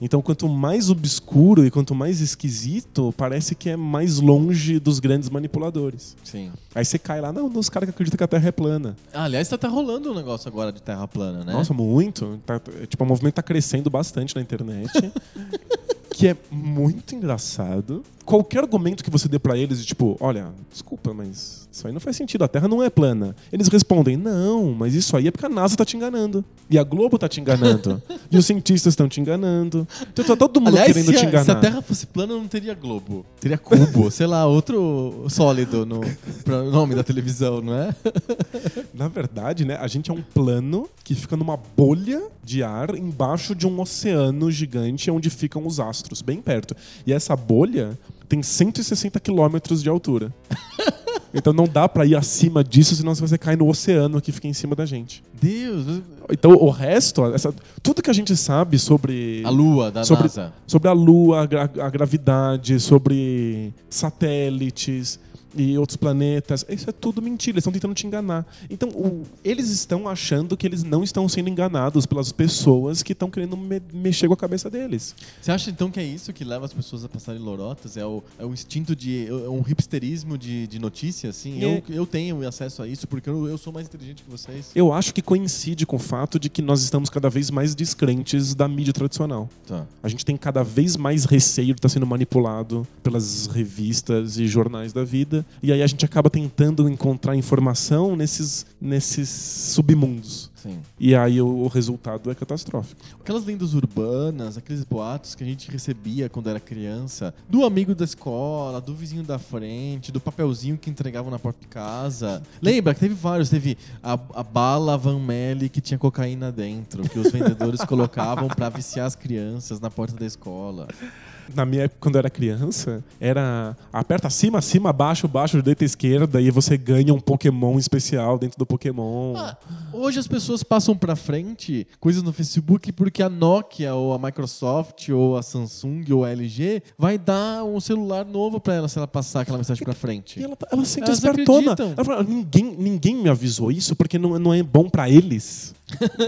Então, quanto mais obscuro e quanto mais esquisito, parece que é mais longe dos grandes manipuladores. Sim. Aí você cai lá, não, nos caras que acreditam que a Terra é plana. Ah, aliás, tá, tá rolando um negócio agora de terra plana, né? Nossa, muito. Tá- é, tipo, o movimento tá crescendo bastante na internet. que é muito engraçado. Qualquer argumento que você dê pra eles, de tipo, olha, desculpa, mas isso aí não faz sentido, a Terra não é plana. Eles respondem, não, mas isso aí é porque a NASA tá te enganando. E a Globo tá te enganando. e os cientistas estão te enganando. Então tá todo mundo Aliás, querendo se te a, enganar. se a Terra fosse plana, não teria Globo. Teria Cubo, sei lá, outro sólido no pra- nome da televisão, não é? Na verdade, né, a gente é um plano que fica numa bolha de ar embaixo de um oceano gigante onde ficam os astros, bem perto. E essa bolha tem 160 quilômetros de altura. Então não dá pra ir acima disso, senão você cai no oceano que fica em cima da gente. Deus, Então o resto, essa- tudo que a gente sabe sobre a Lua da sobre, NASA. sobre a Lua, a, gra- a gravidade, sobre satélites e outros planetas. Isso é tudo mentira, eles estão tentando te enganar. Então, o- eles estão achando que eles não estão sendo enganados pelas pessoas que estão querendo me- mexer com a cabeça deles. Você acha então que é isso que leva as pessoas a passarem lorotas? É o, é o instinto de. é um hipsterismo de, de notícia, assim? É. Eu, eu tenho acesso a isso porque eu, eu sou mais inteligente que vocês. Eu acho que coincide com o fato de que nós estamos cada vez mais descrentes da mídia tradicional. Tá. A gente tem cada vez mais receio de estar sendo manipulado pelas revistas e jornais da vida. E aí a gente acaba tentando encontrar informação nesses, nesses submundos. Sim. E aí o, o resultado é catastrófico. Aquelas lendas urbanas, aqueles boatos que a gente recebia quando era criança, do amigo da escola, do vizinho da frente, do papelzinho que entregavam na porta de casa. Lembra que teve vários, teve a, a bala Van Melle que tinha cocaína dentro, que os vendedores colocavam pra viciar as crianças na porta da escola. Na minha época, quando eu era criança, era aperta acima, acima, abaixo, baixo, direita, esquerda, e você ganha um Pokémon especial dentro do Pokémon. Ah, Hoje as pessoas passam pra frente coisas no Facebook porque a Nokia ou a Microsoft ou a Samsung ou a LG vai dar um celular novo pra ela se ela passar aquela mensagem pra E frente. ela, tá, ela se sente Elas espertona. acreditam. Ela fala, ninguém, ninguém me avisou isso porque não, não é bom pra eles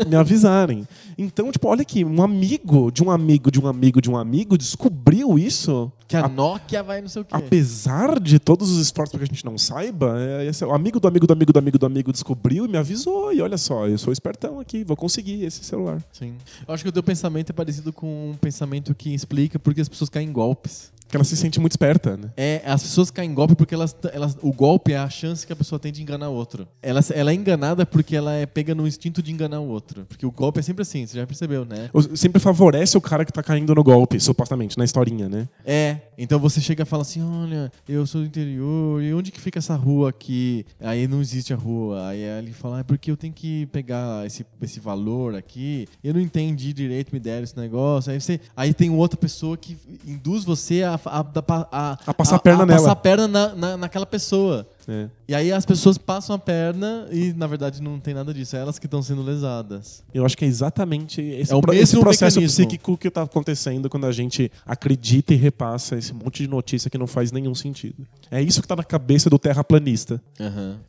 me avisarem. Então, tipo, olha aqui, um amigo de um amigo de um amigo de um amigo descobriu isso. Que a é. A- Nokia vai não sei o quê. Apesar de todos os esforços para que a gente não saiba, é, esse- o amigo do amigo do amigo do amigo do amigo descobriu e me avisou. E olha só, eu sou espertão aqui, vou conseguir esse celular. Sim. Eu acho que o teu pensamento é parecido com um pensamento que explica porque as pessoas caem em golpes. Porque ela se sente muito esperta, né? É, as pessoas caem em golpe porque elas, t- elas, o golpe é a chance que a pessoa tem de enganar o outro. Ela, ela é enganada porque ela é pega no instinto de enganar o outro. Porque o golpe é sempre assim, você já percebeu, né? Ou- Sempre favorece o cara que tá caindo no golpe, supostamente, na historinha, né? É, então você chega e fala assim: olha, eu sou do interior, e onde que fica essa rua aqui? Aí não existe a rua. Aí ele fala: ah, é porque eu tenho que pegar esse, esse valor aqui, eu não entendi direito, me deram esse negócio. Aí, você, aí tem outra pessoa que induz você a, a, da pa- a- A passar a perna passar nela. a perna na, na, naquela pessoa. É. E aí as pessoas passam a perna e, na verdade, não tem nada disso. É elas que estão sendo lesadas. Eu acho que é exatamente esse, É o um pro- mesmo esse processo mecanismo. psíquico que tá acontecendo quando a gente acredita e repassa esse monte de notícia que não faz nenhum sentido. É isso que tá na cabeça do terraplanista.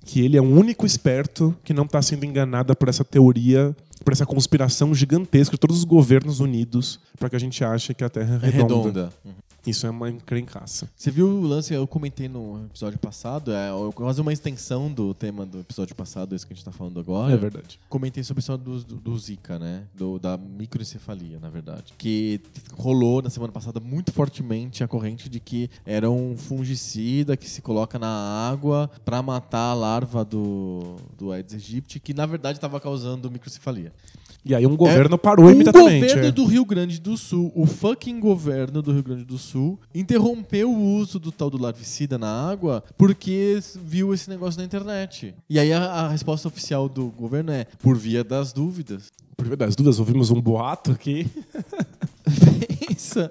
Que ele é o único esperto que não tá sendo enganado por essa teoria, por essa conspiração gigantesca de todos os governos unidos para que a gente ache que a Terra é É redonda. redonda. Isso é uma encrencaça. Você viu o lance, eu comentei no episódio passado, é quase uma extensão do tema do episódio passado, isso que a gente tá falando agora. É verdade. Comentei sobre a história do, do, do Zika, né? Do, da microencefalia, na verdade. Que rolou na semana passada muito fortemente a corrente de que era um fungicida que se coloca na água pra matar a larva do, do Aedes aegypti, que na verdade estava causando microcefalia. E aí um governo parou o imediatamente. governo é. do Rio Grande do Sul, o fucking governo do Rio Grande do Sul, interrompeu o uso do tal do larvicida na água porque viu esse negócio na internet. E aí a, a resposta oficial do governo é por via das dúvidas. Por via das dúvidas, ouvimos um boato aqui. Pensa.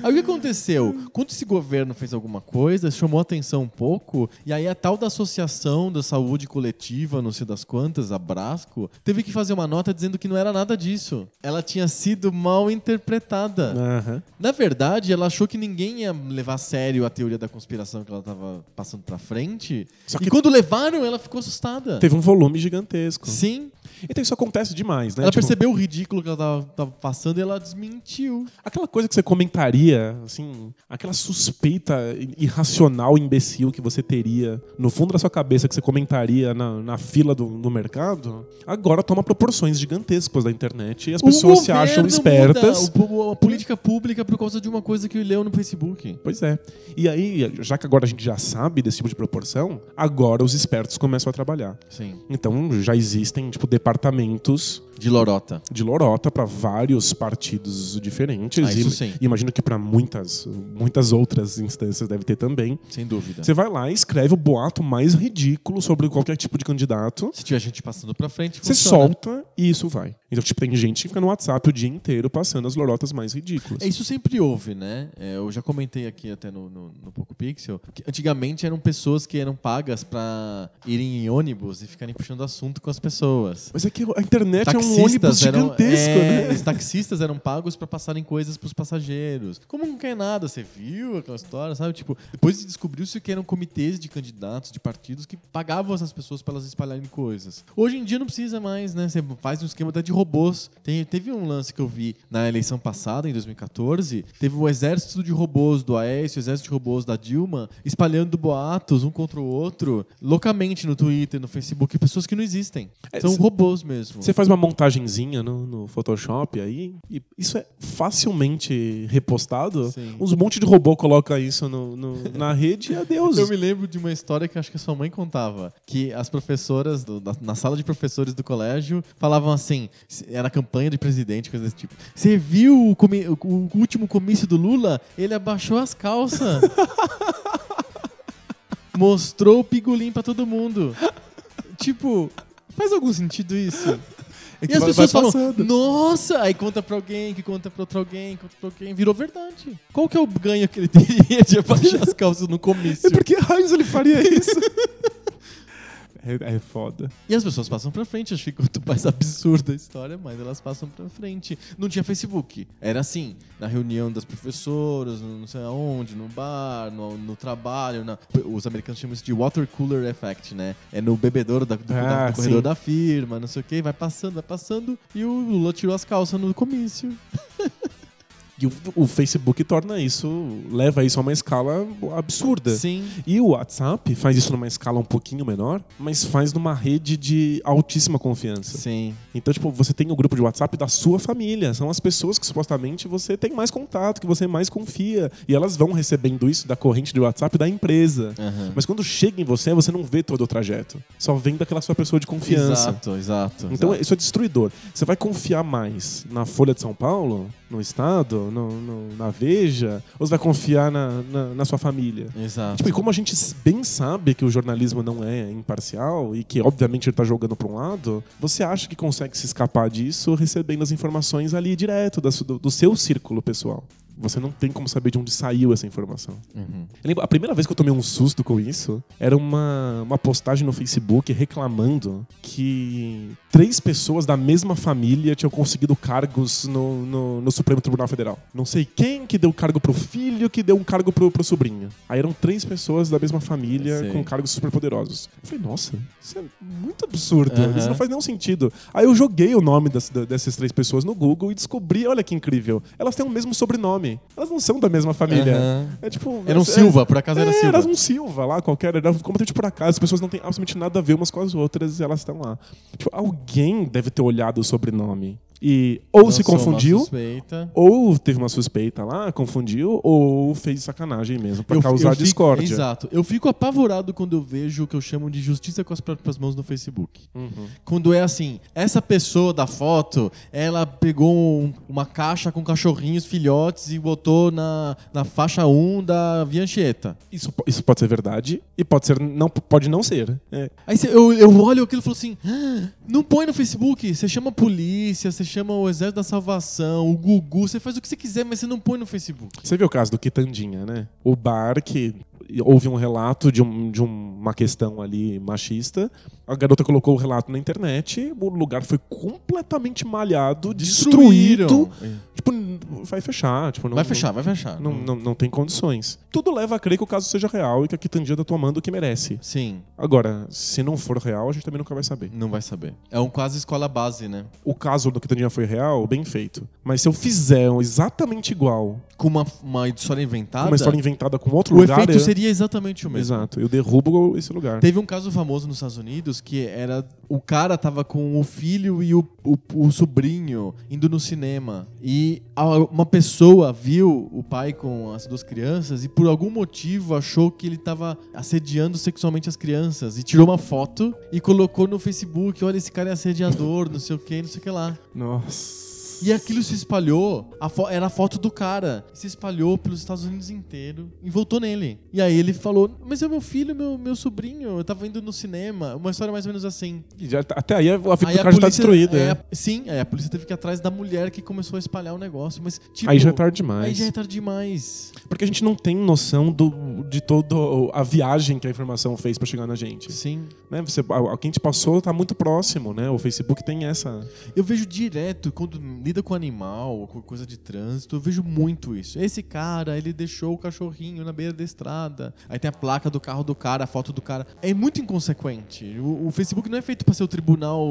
Aí o que aconteceu? Quando esse governo fez alguma coisa, chamou a atenção um pouco, e aí a tal da Associação da Saúde Coletiva, não sei das quantas, a Brasco, teve que fazer uma nota dizendo que não era nada disso. Ela tinha sido mal Ah. interpretada. Aham. Na verdade, ela achou que ninguém ia levar a sério a teoria da conspiração que ela tava passando pra frente. Só E que quando levaram, ela ficou assustada. teve um volume gigantesco. Sim. Então isso acontece demais, né? Ela Tipo, percebeu o ridículo que ela tava, tava passando e ela desmentiu. Aquela coisa que você comentaria, assim, aquela suspeita irracional, imbecil que você teria no fundo da sua cabeça que você comentaria na, na fila do, do mercado, agora toma proporções gigantescas da internet e as pessoas O se acham governo espertas. muda o pu- a política pública por causa de uma coisa que leu no Facebook. Pois é. E aí, já que agora a gente já sabe desse tipo de proporção, agora os espertos começam a trabalhar. Sim. Então já existem, tipo, departamentos De lorota. de lorota para vários partidos diferentes. Ah, isso sim. e imagino que para muitas, muitas outras instâncias deve ter também. Sem dúvida. Você vai lá e escreve o boato mais ridículo sobre qualquer tipo de candidato. Se tiver gente passando pra frente, Você funciona. solta e isso vai. Então, tipo, tem gente que fica no WhatsApp o dia inteiro passando as lorotas mais ridículas. É, Isso sempre houve, né? É, eu já comentei aqui até no, no, no Poco Pixel que antigamente eram pessoas que eram pagas pra irem em ônibus e ficarem puxando assunto com as pessoas. Mas é que a internet é um ônibus gigantesco, é, né? Os taxistas eram pagos pra passarem coisas pros passageiros. Como não quer nada, você viu aquela história, sabe? Tipo, depois descobriu-se que eram comitês de candidatos, de partidos que pagavam essas pessoas pra elas espalharem coisas. Hoje em dia não precisa mais, né? Você faz um esquema até de robôs. Tem- teve um lance que eu vi na eleição passada, em 2014, teve um exército de robôs do Aécio, exército de robôs da Dilma, espalhando boatos um contra o outro, loucamente no Twitter, no Facebook, pessoas que não existem. É, São cê- robôs mesmo. Você faz uma montagenzinha no, no Photoshop aí, e isso é facilmente repostado. Sim. Uns monte de robô coloca isso no- no- na rede e adeus. Eu me lembro de uma história que acho que a sua mãe contava, que as professoras do- da- na sala de professores do colégio falavam assim, se- era campanha de presidente, coisa desse tipo. Você viu o, comi- o- o último comício do Lula? Ele abaixou as calças. Mostrou o pigolim pra todo mundo. Tipo, faz algum sentido isso? É que e as vai- pessoas vai falam, passando. nossa, aí conta pra alguém, que conta pra outro alguém, conta pra alguém, virou verdade. Qual que é o ganho que ele teria de abaixar as calças no comício? E por que raios ele faria isso? é, é foda. E as pessoas passam pra frente, acho que quanto mais absurda a história, mais elas passam pra frente. Não tinha Facebook. Era assim, na reunião das professoras, no- não sei aonde, no bar, no, no trabalho. na- Os americanos chamam isso de water cooler effect, né? É no bebedouro da- do, da- Ah, do corredor sim. da firma, não sei o quê. Vai passando, vai passando. E o Lula tirou as calças no comício. E o, o Facebook torna isso, leva isso a uma escala absurda. Sim. E o WhatsApp faz isso numa escala um pouquinho menor, mas faz numa rede de altíssima confiança. Sim. Então, tipo, você tem o grupo de WhatsApp da sua família. São as pessoas que supostamente você tem mais contato, que você mais confia. E elas vão recebendo isso da corrente de WhatsApp da empresa. Aham. Mas quando chega em você, você não vê todo o trajeto. Só vem daquela sua pessoa de confiança. Exato, exato. Então exato. isso é destruidor. Você vai confiar mais na Folha de São Paulo, no Estado, no, no- na Veja, ou você vai confiar na, na, na sua família? Exato. Tipo, e como a gente s- bem sabe que o jornalismo não é imparcial e que, obviamente, ele tá jogando pra um lado, você acha que consegue se escapar disso recebendo as informações ali direto da su- do, do seu círculo pessoal. Você não tem como saber de onde saiu essa informação. Eu lembro, a primeira vez que eu tomei um susto com isso era uma, uma postagem no Facebook reclamando que três pessoas da mesma família tinham conseguido cargos no, no, no Supremo Tribunal Federal. Não sei quem que deu cargo pro filho, que deu um cargo pro, pro sobrinho. Aí eram três pessoas da mesma família Sei. com cargos superpoderosos. Eu falei, nossa, isso é muito absurdo. Aham. Isso não faz nenhum sentido. Aí eu joguei o nome das- da- dessas três pessoas no Google e descobri, olha que incrível, elas têm o mesmo sobrenome. Elas não são da mesma família. Aham. É tipo. Era um é- Silva, por acaso é, era Era Silva. um Silva lá, qualquer. Era completamente por acaso. As pessoas não têm absolutamente nada a ver umas com as outras e elas estão lá. Tipo, alguém deve ter olhado o sobrenome. E ou se Lançou uma confundiu, suspeita. ou teve uma suspeita lá, confundiu, ou fez sacanagem mesmo, pra Eu- causar eu fico- discórdia. Exato. Eu fico apavorado quando eu vejo o que eu chamo de justiça com as próprias mãos no Facebook. Uhum. Quando é assim, essa pessoa da foto, ela pegou um- uma caixa com cachorrinhos, filhotes e botou na, na faixa 1 da Via Anchieta. Isso, po- isso pode ser verdade e pode, ser, não, pode não ser. É, Aí cê- eu, eu olho aquilo e falo assim: "Ah, não põe no Facebook. Você chama a polícia, você chama o Exército da Salvação, o Gugu, você faz o que você quiser, mas você não põe no Facebook. Você viu o caso do Quitandinha, né? O bar que houve um relato de, um- de uma questão ali machista. A garota colocou o relato na internet, o lugar foi completamente malhado, destruído. Tipo, n- vai fechar. Tipo, não, vai fechar, vai fechar. Não, não, não tem condições. Tudo leva a crer que o caso seja real e que a Quitandinha tá tomando o que merece. Sim, Agora, se não for real, a gente também nunca vai saber. não vai saber. É um quase escola base, né? O caso do Quitandinha foi real, bem feito. Mas se eu fizer um exatamente igual, Com uma, uma história inventada, uma história inventada com outro o lugar... efeito eu- seria exatamente o mesmo. Exato, eu derrubo esse lugar. Teve um caso famoso nos Estados Unidos que era o cara tava com o filho e o, o, o sobrinho indo no cinema e a- uma pessoa viu o pai com as duas crianças e por algum motivo achou que ele tava assediando sexualmente as crianças e tirou uma foto e colocou no Facebook, olha esse cara é assediador, não sei o que, não sei o que lá. Nossa. E aquilo se espalhou, a fo- era a foto do cara, se espalhou pelos Estados Unidos inteiro e voltou nele. E aí ele falou: Mas é meu filho, meu, meu sobrinho, eu tava indo no cinema. Uma história mais ou menos assim. E já tá- até aí a vida Aí do cara já tá destruída. é, Sim, aí a polícia teve que ir atrás da mulher que começou a espalhar o negócio. Mas, tipo, aí já é tarde Aí demais. já é tarde demais. Porque a gente não tem noção do, de toda a viagem que a informação fez pra chegar na gente. Sim. Né? Você, a- a- quem te passou tá muito próximo, né? O Facebook tem essa. Eu vejo direto, quando lida com animal, ou com coisa de trânsito, eu vejo muito isso. Esse cara, ele deixou o cachorrinho na beira da estrada. Aí tem a placa do carro do cara, a foto do cara. É muito inconsequente. O, o Facebook não é feito pra ser o tribunal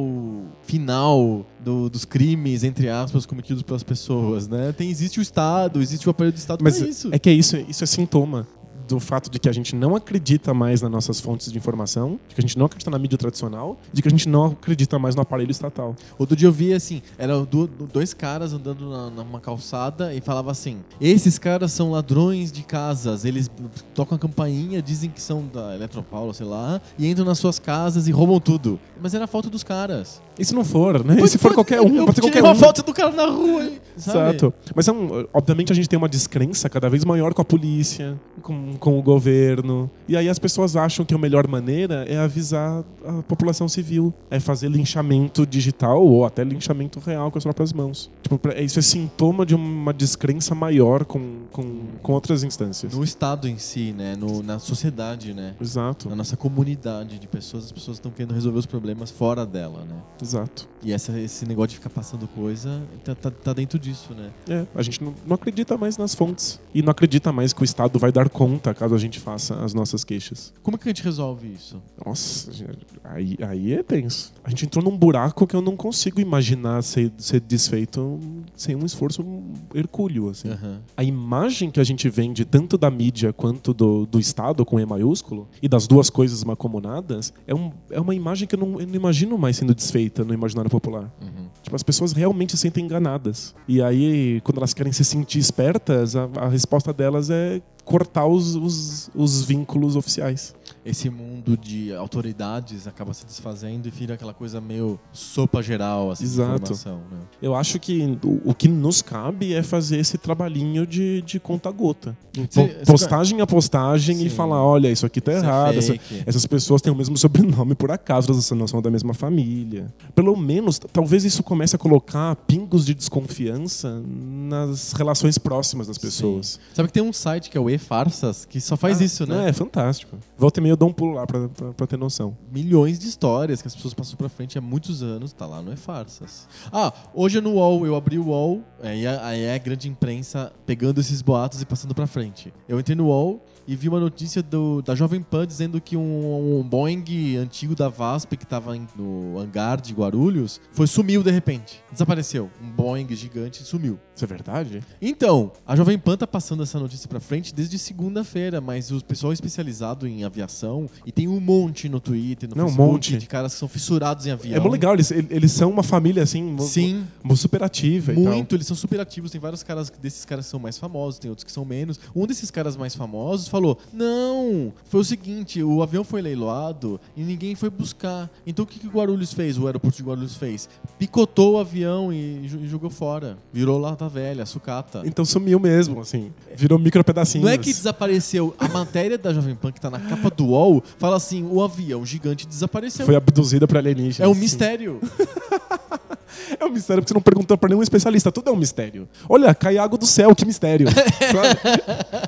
final do- dos crimes, entre aspas, cometidos pelas pessoas, né? Tem, existe o Estado, existe o aparelho do Estado Mas pra isso. é que é isso, isso é sintoma do fato de que a gente não acredita mais nas nossas fontes de informação, de que a gente não acredita na mídia tradicional, de que a gente não acredita mais no aparelho estatal. Outro dia eu vi assim, eram du- dois caras andando na, numa calçada e falava assim: esses caras são ladrões de casas, eles tocam a campainha, dizem que são da Eletropaula, sei lá, e entram nas suas casas e roubam tudo. Mas era a foto dos caras. E se não for, né? E Mas se for pode- qualquer um, eu pode ser tirei qualquer uma um. foto do cara na rua, hein, sabe? Exato. Mas é um- obviamente a gente tem uma descrença cada vez maior com a polícia, com, com o governo. E aí as pessoas acham que a melhor maneira é avisar a população civil. É fazer linchamento digital ou até linchamento real com as próprias mãos. Tipo, pra- isso é sintoma de uma descrença maior com, com, com outras instâncias. No Estado em si, né? No- na sociedade, né? Exato, Na nossa comunidade de pessoas, as pessoas estão querendo resolver os problemas fora dela, né? exato. E essa- esse negócio de ficar passando coisa tá- tá- tá dentro disso, né? É, a gente não, não acredita mais nas fontes. E não acredita mais que o Estado vai dar conta caso a gente faça as nossas queixas. Como é que a gente resolve isso? Nossa, gente, aí, aí é tenso. A gente entrou num buraco que eu não consigo imaginar ser, ser desfeito sem um esforço hercúleo, assim. Aham. A imagem que a gente vende, tanto da mídia quanto do, do Estado, com E maiúsculo, e das duas coisas macomunadas, é, um, é uma imagem que eu não, eu não imagino mais sendo desfeita no imaginário popular. Tipo, as pessoas realmente se sentem enganadas. E aí, quando elas querem se sentir espertas, a, a resposta delas é cortar os, os, os vínculos oficiais. esse mundo de autoridades acaba se desfazendo e vira aquela coisa meio sopa geral, assim, de Exato. informação, né? Eu acho que o, o que nos cabe é fazer esse trabalhinho de, de conta-gota. Uhum. Po- esse- Postagem a postagem Sim. e falar: olha, isso aqui tá Isso é errado. essa- fake. essas pessoas têm o mesmo sobrenome por acaso, elas não são da mesma família. Pelo menos, t- talvez isso comece a colocar pingos de desconfiança nas relações próximas das pessoas. Sabe que tem um site que é o E-Farsas que só faz Ah, isso, né? É, fantástico. Volta e meia eu dou um pulo lá pra, pra, pra ter noção. Milhões de histórias que as pessoas passam pra frente há muitos anos, tá lá no E-Farsas. Ah, hoje é no UOL, eu abri o UOL, aí é, aí é a grande imprensa pegando esses boatos e passando pra frente. Eu entrei no UOL e vi uma notícia do- da Jovem Pan dizendo que um, um Boeing antigo da VASP que tava em- no hangar de Guarulhos foi sumiu de repente. Desapareceu. Um Boeing gigante sumiu. Isso é verdade? Então, a Jovem Pan tá passando essa notícia pra frente desde segunda-feira, mas o pessoal é especializado em aviação e tem um monte no Twitter, no Não, um Facebook, monte. de caras que são fissurados em avião. É muito legal, eles, eles são uma família assim, Sim, mu- super ativa e tal. muito, eles são super ativos, tem vários caras desses caras que são mais famosos, tem outros que são menos. Um desses caras mais famosos falou: "Não, foi o seguinte, o avião foi leiloado e ninguém foi buscar. Então o que que o Guarulhos fez? O aeroporto de Guarulhos fez? Picotou o avião e ju- e jogou fora. Virou lata velha, sucata. Então sumiu mesmo, assim. Virou micro pedacinhos. Não é que desapareceu. A matéria da Jovem Pan que tá na capa do UOL fala assim: o avião gigante desapareceu. Foi abduzida pra alienígenas. É um assim. mistério. É um mistério porque você não perguntou pra nenhum especialista. Tudo é um mistério. Olha, cai água do céu, que mistério. Sabe?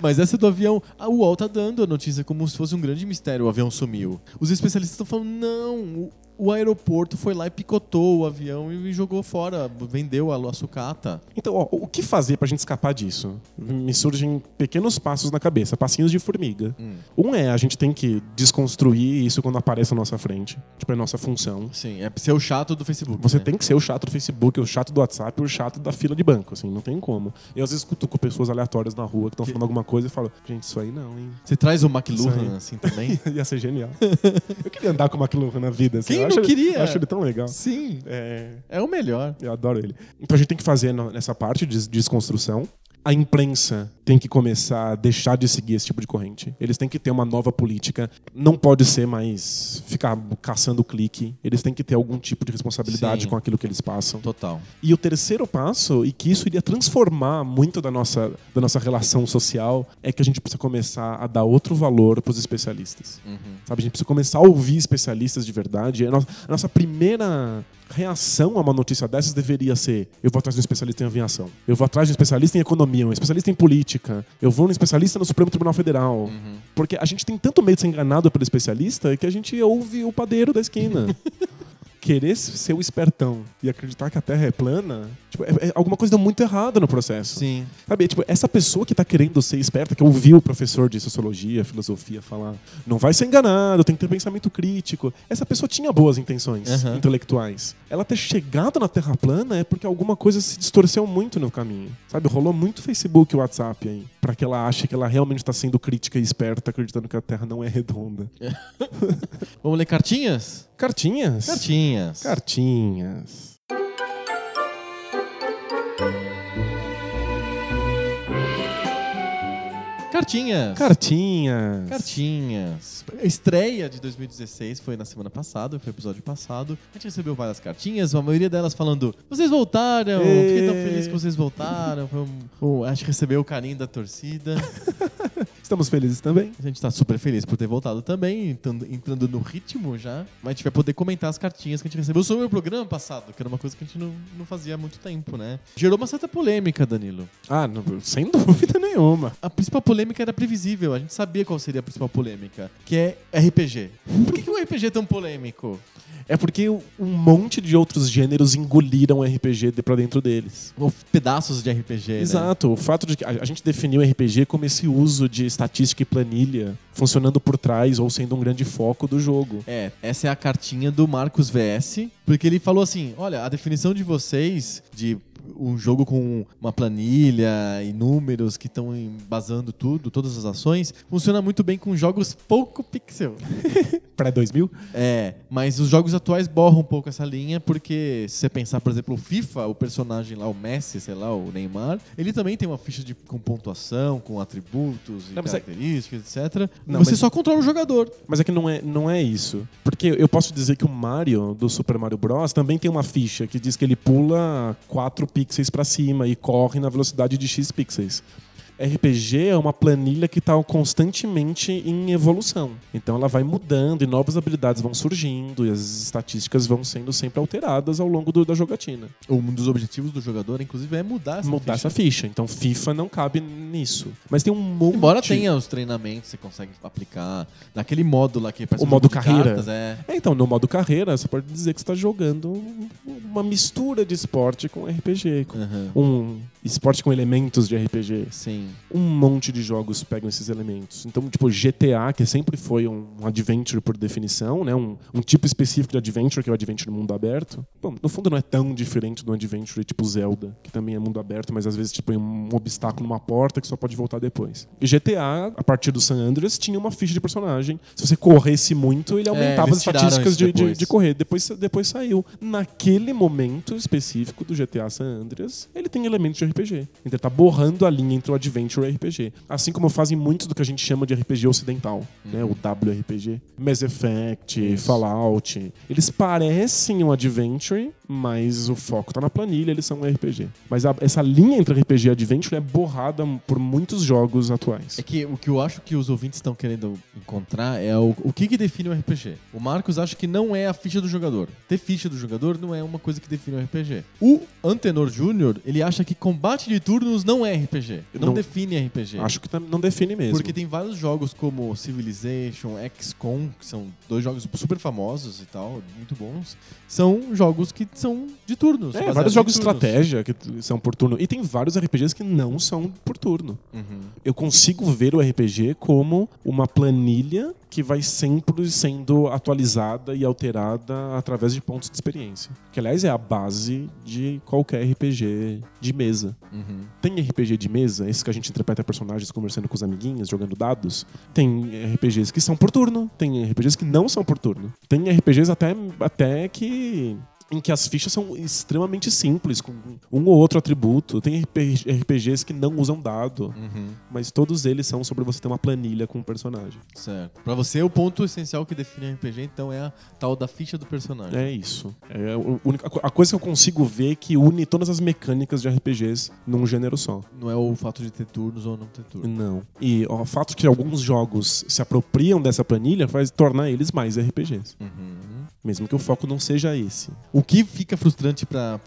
Mas essa do avião, a UOL tá dando a notícia como se fosse um grande mistério: o avião sumiu. Os especialistas estão falando: não, o, o aeroporto foi lá e picotou o avião e jogou fora, vendeu a, a sucata. Então, ó, o que fazer pra gente escapar disso? Me surgem pequenos passos na cabeça, passinhos de formiga. Hum. Um é, a gente tem que desconstruir isso quando aparece na nossa frente. Tipo, é nossa função. Sim, é ser o chato do Facebook. Você né? tem que ser o chato do Facebook, o chato do WhatsApp, o chato da fila de banco, assim, não tem como. Eu às vezes cutuco pessoas aleatórias na rua que estão falando alguma coisa e falo, gente, isso aí não, hein? Você traz o Isso McLuhan aí. assim também? Ia ser genial. Eu queria andar com o McLuhan na vida. Assim. Quem eu não acho ele- queria? eu acho ele tão legal. Sim, É, é o melhor. eu adoro ele. Então a gente tem que fazer no- nessa parte de de desconstrução. A imprensa tem que começar a deixar de seguir esse tipo de corrente. Eles têm que ter uma nova política. Não pode ser mais ficar caçando clique. Eles têm que ter algum tipo de responsabilidade Sim. com aquilo que eles passam. Total. E o terceiro passo, e que isso iria transformar muito da nossa, da nossa relação social, é que a gente precisa começar a dar outro valor para os especialistas. Sabe? A gente precisa começar a ouvir especialistas de verdade. A nossa, a nossa primeira reação a uma notícia dessas deveria ser: eu vou atrás de um especialista em aviação, eu vou atrás de um especialista em economia, um especialista em política, eu vou num especialista no Supremo Tribunal Federal. Porque a gente tem tanto medo de ser enganado pelo especialista que a gente ouve o padeiro da esquina. querer ser o espertão e acreditar que a Terra é plana, tipo, é, é- alguma coisa deu muito errada no processo. Sim. Sabe, tipo, essa pessoa que tá querendo ser esperta, que ouviu o professor de sociologia, filosofia falar, não vai ser enganado, tem que ter pensamento crítico. Essa pessoa tinha boas intenções Aham. intelectuais. Ela ter chegado na Terra plana é porque alguma coisa se distorceu muito no caminho. Sabe, rolou muito Facebook e WhatsApp aí, pra que ela ache que ela realmente tá sendo crítica e esperta, acreditando que a Terra não é redonda. Vamos ler cartinhas? Cartinhas? Cartinhas. Cartinhas. Cartinhas. Cartinhas. Cartinhas. A estreia de 2016 foi na semana passada, foi o episódio passado. A gente recebeu várias cartinhas, a maioria delas falando: vocês voltaram, Ê. fiquei tão feliz que vocês voltaram. Foi um- um- a gente recebeu o carinho da torcida. Estamos felizes também. A gente tá super feliz por ter voltado também, entrando, entrando no ritmo já. Mas a gente vai poder comentar as cartinhas que a gente recebeu sobre o programa passado, que era uma coisa que a gente não, não fazia há muito tempo, né? Gerou uma certa polêmica, Danilo. Ah, não, sem dúvida nenhuma. A principal polêmica era previsível, a gente sabia qual seria a principal polêmica, que é RPG. Por que, que o RPG é tão polêmico? É porque um monte de outros gêneros engoliram o RPG de- pra dentro deles. Ou pedaços de RPG, É, né? Exato. O fato de que a a gente definiu o RPG como esse uso de estatística e planilha funcionando por trás ou sendo um grande foco do jogo. É, essa é a cartinha do Marcos VS, porque ele falou assim: olha, a definição de vocês de um jogo com uma planilha e números que estão embasando tudo, todas as ações, funciona muito bem com jogos pouco pixel. Pra 2000? É, mas os jogos atuais borram um pouco essa linha, porque se você pensar, por exemplo, o FIFA, o personagem lá, o Messi, sei lá, o Neymar, ele também tem uma ficha de, com pontuação, com atributos e Não, mas é- características, etc. Não, Você mas- só controla o jogador. Mas é que não é, não é isso. Porque eu posso dizer que o Mario, do Super Mario Bros., também tem uma ficha que diz que ele pula 4 pixels pra cima e corre na velocidade de X pixels. RPG é uma planilha que está constantemente em evolução. Então ela vai mudando e novas habilidades vão surgindo e as estatísticas vão sendo sempre alteradas ao longo do- da jogatina. Um dos objetivos do jogador, inclusive, é mudar essa Mudar ficha. essa ficha. Então FIFA não cabe nisso. Mas tem um monte... Embora tenha os treinamentos, você consegue aplicar naquele modo lá que parece O um modo jogo de carreira. cartas, é. É, então, no modo carreira, você pode dizer que você está jogando um- uma mistura de esporte com RPG. com- Aham. Um esporte com elementos de RPG. Sim. Um monte de jogos pegam esses elementos. Então, tipo, GTA, que sempre foi um um adventure por definição, né? Um, um tipo específico de adventure, que é o adventure mundo aberto. Bom, no fundo não é tão diferente do adventure tipo Zelda, que também é mundo aberto, mas às vezes tipo, tem um obstáculo numa porta que só pode voltar depois. E GTA, a partir do San Andreas, tinha uma ficha de personagem. Se você corresse muito, ele aumentava É, eles as tiraram estatísticas isso de, de, depois. de correr. Depois, depois saiu. Naquele momento específico do GTA San Andreas, ele tem elementos de RPG. Então ele tá borrando a linha entre o Adventure e o RPG. Assim como fazem muitos do que a gente chama de RPG ocidental, Uhum. né? O WRPG. Mass Effect, Fallout. Eles parecem um Adventure, mas o foco tá na planilha, eles são um RPG. Mas a- essa linha entre RPG e Adventure é borrada por muitos jogos atuais. É que o que eu acho que os ouvintes estão querendo encontrar é o, o que, que define um RPG. O Marcos acha que não é a ficha do jogador. Ter ficha do jogador não é uma coisa que define um RPG. O Antenor Júnior, ele acha que combate de turnos não é RPG. Não, Não- define RPG. Acho que tam- não define mesmo. Porque tem vários jogos como Civilization, XCOM, que são dois jogos super famosos e tal, muito bons. São jogos que são de turnos. É, baseados vários em jogos de turnos. estratégia que t- são por turno. E tem vários RPGs que não são por turno. Uhum. Eu consigo ver o RPG como uma planilha que vai sempre sendo atualizada e alterada através de pontos de experiência. Que, aliás, é a base de qualquer RPG de mesa. Uhum. Tem RPG de mesa, esses que a gente interpreta personagens conversando com os amiguinhos, jogando dados. Tem RPGs que são por turno, tem RPGs que não são por turno. Tem RPGs até, até que. Em que as fichas são extremamente simples, com um ou outro atributo. Tem RP- RPGs que não usam dado, Uhum. mas todos eles são sobre você ter uma planilha com um personagem. Certo. Pra você, o ponto essencial que define RPG, então, é a tal da ficha do personagem. É isso. É a única- a coisa que eu consigo ver é que une todas as mecânicas de RPGs num gênero só. Não é o fato de ter turnos ou não ter turnos. Não. E ó, o fato que alguns jogos se apropriam dessa planilha faz tornar eles mais RPGs. Uhum. Mesmo que o foco não seja esse. O que fica frustrante para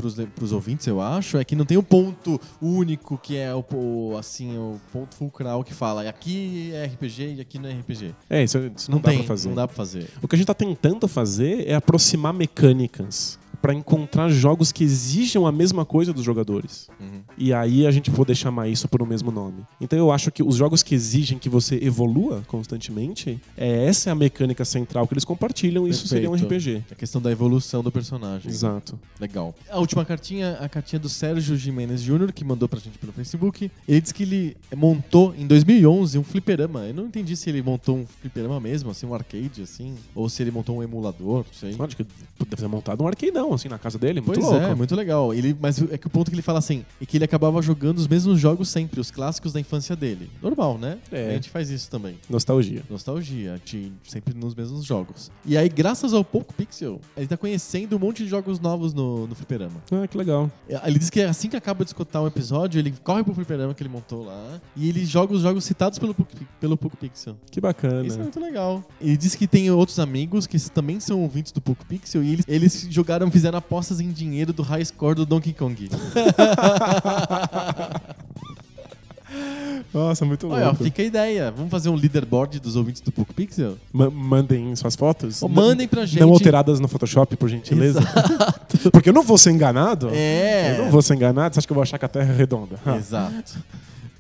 os ouvintes, eu acho, é que não tem um ponto único que é o, o- assim, o ponto fulcral que fala aqui é RPG e aqui não é RPG. É, isso, isso Não, não, tem, dá pra fazer. não dá pra fazer. O que a gente tá tentando fazer é aproximar mecânicas pra encontrar jogos que exijam a mesma coisa dos jogadores. Uhum. E aí a gente poder chamar isso por um mesmo nome. Então eu acho que os jogos que exigem que você evolua constantemente, é essa é a mecânica central que eles compartilham, e isso seria um Perfeito. RPG. A É questão da evolução do personagem. Exato. Legal. A última cartinha, a cartinha do Sérgio Jimenez Júnior, que mandou pra gente pelo Facebook. Ele disse que ele montou em 2011 um fliperama. Eu não entendi se ele montou um fliperama mesmo, assim, um arcade, assim, ou se ele montou um emulador, não sei. Acho que deve ter montado um arqueidão, assim, na casa dele. Muito Pois louco. é, muito legal. Ele, mas é que o ponto que ele fala assim é que ele acabava jogando os mesmos jogos sempre, os clássicos da infância dele. Normal, né? É. A gente faz isso também. Nostalgia. Nostalgia, de sempre nos mesmos jogos. E aí, graças ao Pouco Pixel, ele tá conhecendo um monte de jogos novos no, no fliperama. Ah, que legal. Ele diz que assim que acaba de escutar um episódio, ele corre pro fliperama que ele montou lá e ele joga os jogos citados pelo, Puc- pelo Poco Pixel. Que bacana. Isso é muito legal. Ele diz que tem outros amigos que também são ouvintes do Poco Pixel e eles, eles jogaram, fizeram apostas em dinheiro do high score do Donkey Kong. Nossa, muito Olha, ó, fica a ideia. Vamos fazer um leaderboard dos ouvintes do Poco Pixel? Ma- mandem suas fotos. Ou Não- mandem pra gente. Não alteradas no Photoshop, por gentileza. Porque eu não vou ser enganado. É. Eu não vou ser enganado. Você acha que eu vou achar que a Terra é redonda? Ah, Exato.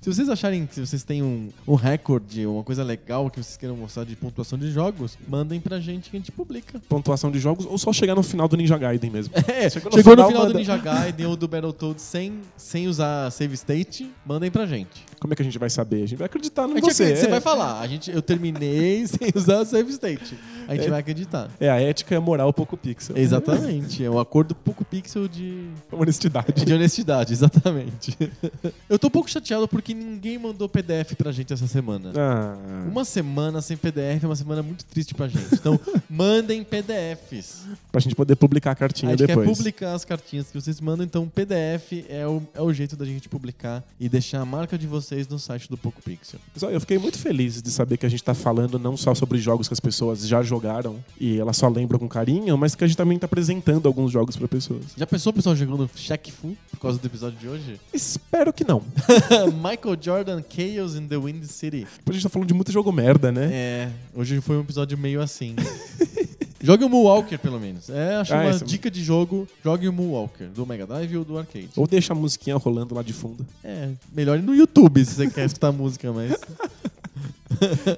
Se vocês acharem que vocês têm um, um recorde, uma coisa legal que vocês queiram mostrar de pontuação de jogos, mandem pra gente que a gente publica. Pontuação de jogos ou só chegar no final do Ninja Gaiden mesmo. É, chegou no final, do manda. Ninja Gaiden ou do Battletoads sem, sem usar save state, mandem pra gente. Como é que a gente vai saber? A gente vai acreditar A no gente você. acredita, é. você vai falar. A gente, eu terminei sem usar save state. A gente vai acreditar. É a ética e a moral pouco pixel. Exatamente. É o acordo pouco pixel de, Honestidade. É de honestidade, exatamente. Eu tô um pouco chateado porque ninguém mandou PDF pra gente essa semana. Ah. Uma semana sem PDF é uma semana muito triste pra gente. Então, mandem PDFs. Pra gente poder publicar a cartinha a gente depois. quer publicar as cartinhas que vocês mandam, então PDF é o, é o jeito da gente publicar e deixar a marca de vocês no site do Poco Pixel. Mas, olha, eu fiquei muito feliz de saber que a gente tá falando não só sobre jogos que as pessoas já jogaram e elas só lembram com carinho, mas que a gente também tá apresentando alguns jogos pra pessoas. Já pensou o pessoal jogando Shaq Fu por causa do episódio de hoje? Espero que não. Michael Jordan Chaos in the Wind City. Porque a gente tá falando de muito jogo merda, né? É, hoje foi um episódio meio assim. Jogue o Moonwalker, pelo menos. É, acho Ah, uma esse é- dica de jogo. Jogue o Moonwalker, do Mega Drive ou do arcade. Ou deixa a musiquinha rolando lá de fundo. É, melhor ir no YouTube se você quer escutar música, mas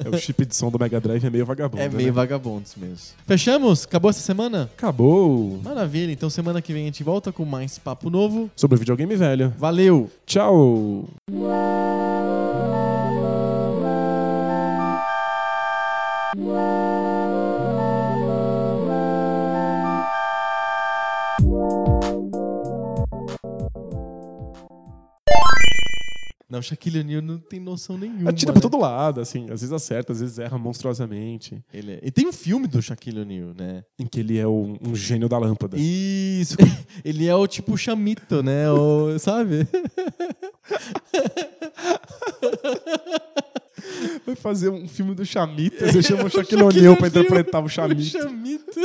É, o chip de som do Mega Drive é meio vagabundo. é meio né? vagabundos mesmo. Fechamos? Acabou essa semana? Acabou. Maravilha, então semana que vem a gente volta com mais papo novo. Sobre o videogame velho. Valeu! Tchau. Não, Shaquille O'Neal não tem noção nenhuma. Atira pra né? todo lado, assim. Às vezes acerta, às vezes erra monstruosamente. Ele é- E tem um filme do Shaquille O'Neal, né? Em que ele é um, um gênio da lâmpada. Isso! Ele é o tipo chamito, né? O... Sabe? Vai fazer um filme do Chamita. Você chama o Shaquille Shaquille O'Neal pra O'Neal. interpretar o O Chamita. chamito.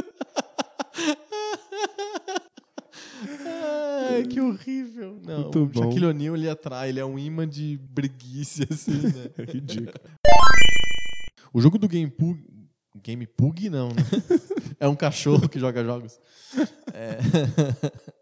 Ai, que horrível. Não, Muito o bom. Shaquille O'Neal, ele atrai, ele é um imã de breguice, assim, né? É ridículo. O jogo do Game Pug. Game Pug, não, né? É um cachorro que joga jogos. É.